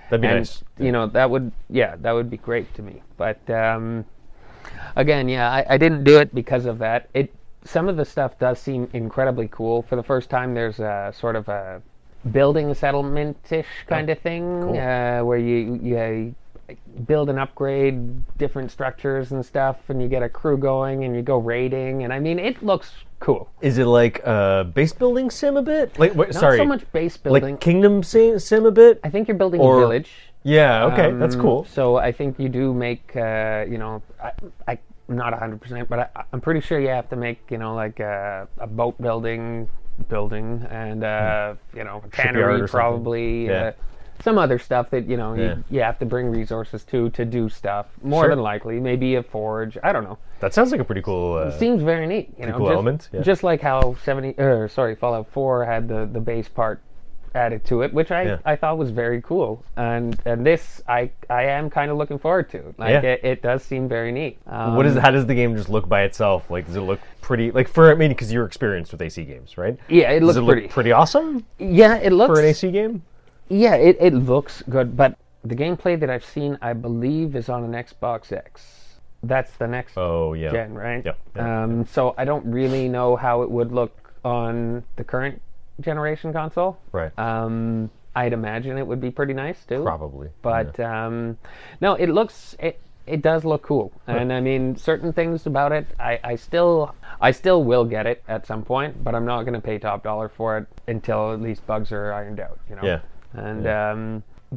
That'd be
and
nice.
you know that would yeah that would be great to me but um again yeah I, I didn't do it because of that it some of the stuff does seem incredibly cool for the first time there's a sort of a building settlement-ish kind of thing
Oh, cool.
uh, where you you uh, build and upgrade different structures and stuff and you get a crew going and you go raiding and i mean it looks cool
Is it like uh, base building sim a bit? Like, wait,
not
sorry.
so much base building
like kingdom sim, sim a bit?
i think you're building
or-
a village
Yeah, okay, that's
Um,
cool.
So I think you do make, uh, you know, I, I, I'm not 100%, but I, I'm pretty sure you have to make, you know, like uh, a boat building building and, uh, you know, a
Hmm. Shipyard
tannery
or something.
probably.
Yeah.
Uh, some other stuff that, you know,
Yeah.
you, you have to bring resources to to do stuff. More
Sure.
than likely, maybe a forge. I don't know.
That sounds like a pretty cool. Uh,
Seems very neat. You know,
cool
just,
element, yeah.
just like how 70, or sorry, Fallout 4 had the, the base part added to it, which I,
Yeah.
I thought was very cool. And and this I I am kind of looking forward to. Like
Yeah.
it, it does seem very neat. Um,
what is? How does the game just look by itself? Like, does it look pretty? Like for I mean, because you're experienced with AC games, right?
Yeah, it
does
looks
it look
pretty.
pretty. awesome
Yeah, it looks.
for an AC game?
Yeah, it, it looks good, but the gameplay that I've seen, I believe, is on an Xbox X. That's the next
Oh yeah.
gen, right?
Yeah, yeah,
um, So I don't really know how it would look on the current generation console.
Right.
Um, I'd imagine it would be pretty nice too.
Probably.
But um, no, it looks it it does look cool, and I mean certain things about it. I, I still I still will get it at some point, but I'm not going to pay top dollar for it until at least bugs are ironed out. You know.
Yeah.
And Um,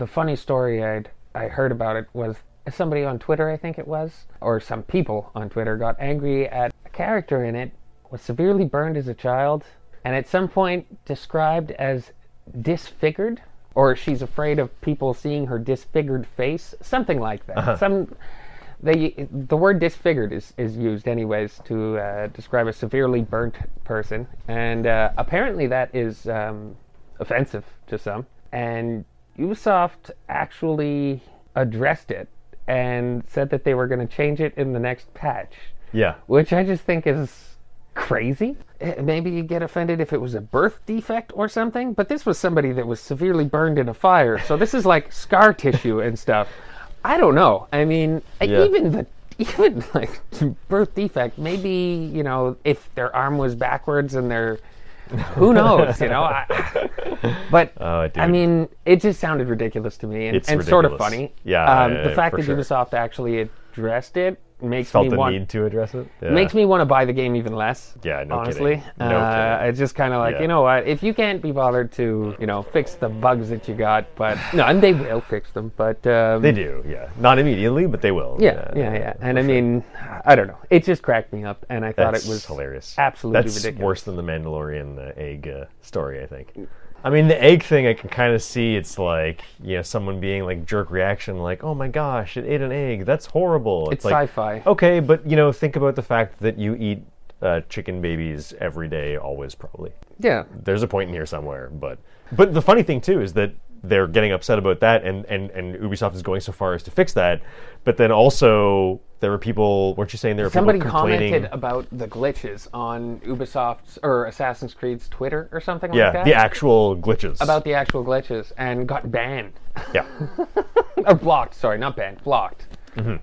the funny story I I heard about it was somebody on Twitter, I think it was, or some people on Twitter got angry at a character in it was severely burned as a child, and at some point described as disfigured, or she's afraid of people seeing her disfigured face, something like that. Some they the word disfigured is, is used anyways to uh, describe a severely burnt person, and uh, apparently that is um, offensive to some. And Ubisoft actually addressed it and said that they were going to change it in the next patch,
yeah.
which I just think is crazy. Eh, Maybe you get offended if it was a birth defect or something, but this was somebody that was severely burned in a fire, so this is like scar tissue and stuff. I don't know. I mean, I-
Yeah.
even the even like birth defect, maybe you know if their arm was backwards and their who knows, you know. I, but
Oh, dude.
I mean, it just sounded ridiculous to me, and,
It's
and sort of
ridiculous.
funny.
Yeah,
um,
yeah,
the
yeah,
fact
for
that
sure.
Ubisoft actually addressed it makes
felt
me
the
want
need to address it. Yeah.
makes me want to buy the game even less.
Yeah, no
honestly,
kidding. No
uh,
kidding.
it's just kind of like
Yeah.
you know what? If you can't be bothered to you know fix the bugs that you got, but no, and they will fix them. But um,
They do. Yeah. Not immediately, but they will.
yeah, yeah, yeah. And I mean, I don't know. It just cracked me up, and I thought
That's
it was
hilarious.
absolutely
That's
ridiculous.
worse than the Mandalorian the egg uh, story, I think. I mean, the egg thing, I can kind of see it's like, you know, someone being like jerk reaction, like, oh my gosh, it ate an egg. That's horrible.
It's
like, Oh,
sci-fi.
Okay, but, you know, think about the fact that you eat uh, chicken babies every day, always, probably.
Yeah,
There's a point in here somewhere, but. But the funny thing, too, is that they're getting upset about that, and, and, and Ubisoft is going so far as to fix that. But then also, there were people, weren't you saying there were
Somebody
people complaining?
commented about the glitches on Ubisoft's or Assassin's Creed's Twitter or something
Yeah,
like that.
the actual glitches.
about the actual glitches and got banned
yeah,
Oh,
Mm-hmm.
or blocked. Sorry, not banned, blocked.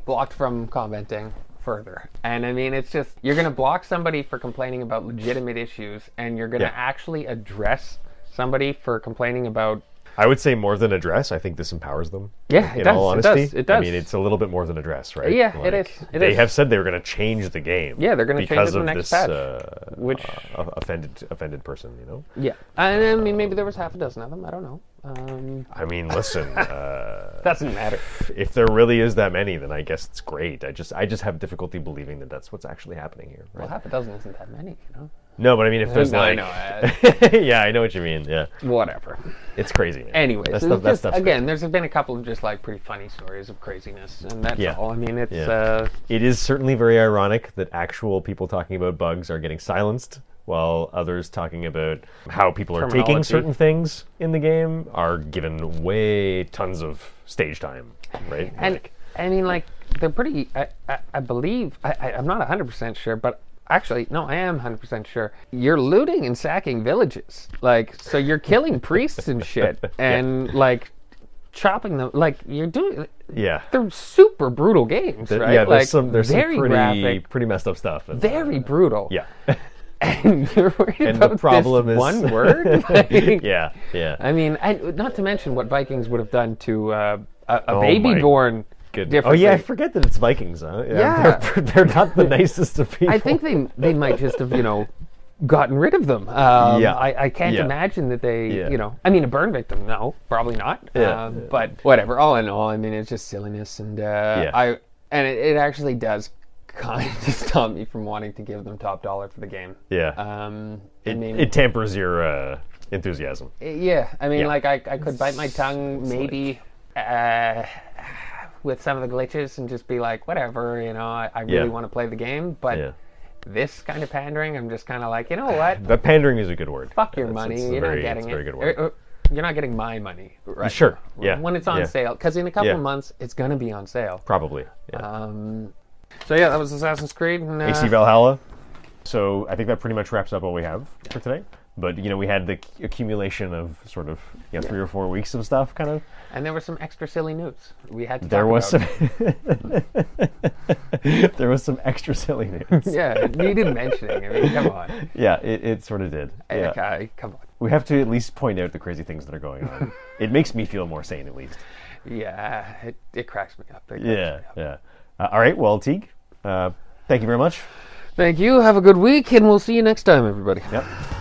Blocked from commenting further. And I mean, it's just you're going to block somebody for complaining about legitimate issues, and you're going to
Yeah.
actually address somebody for complaining about.
I would say more than a dress. I think this empowers them.
Yeah,
in
it
all
does, it
honesty,
does, it
I
does.
mean, it's a little bit more than a dress, right?
Yeah, it is, it
they
is.
have said they were going to change the game.
Yeah, they're gonna change it
because
in the
of
next
this
patch,
uh,
which-
uh, offended offended person. You know,
Yeah, and I mean, maybe there was half a dozen of them. I don't know. Um,
I mean, listen, uh,
doesn't matter.
if there really is that many, then I guess it's great. I just I just have difficulty believing that that's what's actually happening here. Right?
Well, half a dozen isn't that many, you know.
no, but I mean, if there's
I
like,
know. I-
yeah, I know what you mean. Yeah,
whatever.
it's crazy. Man.
Anyways,
that
it's
stuff, that
just-
stuff's
again, there's been a couple of just like pretty funny stories of craziness, and that's
Yeah.
all. I mean, it's
Yeah.
uh,
It is certainly very ironic that actual people talking about bugs are getting silenced, while others talking about how people are taking
Terminology.
certain things in the game are given way tons of stage time, right?
and
Like,
I mean, like they're pretty. I, I, I believe I, I, I'm not 100 percent sure, but actually, no, I am 100 percent sure. You're looting and sacking villages, like so. You're killing priests and shit, and like chopping them. Like you're doing.
yeah.
They're super brutal games, right?
Yeah, there's
like,
some there's
very
some pretty
graphic,
pretty messed up stuff. in-
very brutal.
yeah.
and you're worried
And the
about
problem
this
is-
one word. Like,
yeah. Yeah.
I mean, and not to mention what Vikings would have done to uh, a, a
Oh my
baby born.
Good. Oh
differently.
yeah, I forget that it's Vikings, huh?
Yeah.
They're, they're not the nicest of people.
I think they they might just have you know gotten rid of them. Um,
Yeah.
I, I can't
Yeah.
imagine that they
Yeah.
you know I mean a burn victim no probably not.
Yeah.
Um, But whatever. All in all, I mean it's just silliness and uh, I and it, it actually does kind of stop me from wanting to give them top dollar for the game.
Yeah.
Um, I
it,
mean,
it tampers your uh, enthusiasm.
yeah. I mean,
Yeah.
like I I could bite my tongue maybe. Uh, with some of the glitches and just be like, whatever, you know, I, I really
Yeah.
want to play the game, but
Yeah.
this kind of pandering, I'm just kind of like, you know what?
But pandering is a good word.
Fuck your
It's-
money.
it's a
You're
very-
not
it's
getting
a
it. Er,
Very good word.
Or- or You're not getting my money. Right.
Sure.
now.
Yeah.
When it's on
Yeah.
sale, because in a couple
Yeah.
of months, it's going to be on sale.
Probably. Yeah.
Um, so yeah, that was Assassin's Creed. And, uh,
AC Valhalla. So I think that pretty much wraps up what we have for today. But you know, we had the c- accumulation of sort of you know, three or four weeks of stuff, kind of.
and there was some extra silly news we had to
There
talk
was
about.
some. there was some extra silly news.
yeah, it needed mentioning. I mean, come on.
yeah, it, it sort of did. Yeah.
Okay, come on.
We have to at least point out the crazy things that are going on. it makes me feel more sane, at least.
Yeah, it, it cracks me up. It cracks
Yeah,
me up.
yeah. Uh, all right, well, Teague, uh, thank you very much.
Thank you. Have a good week, and we'll see you next time, everybody.
Yep.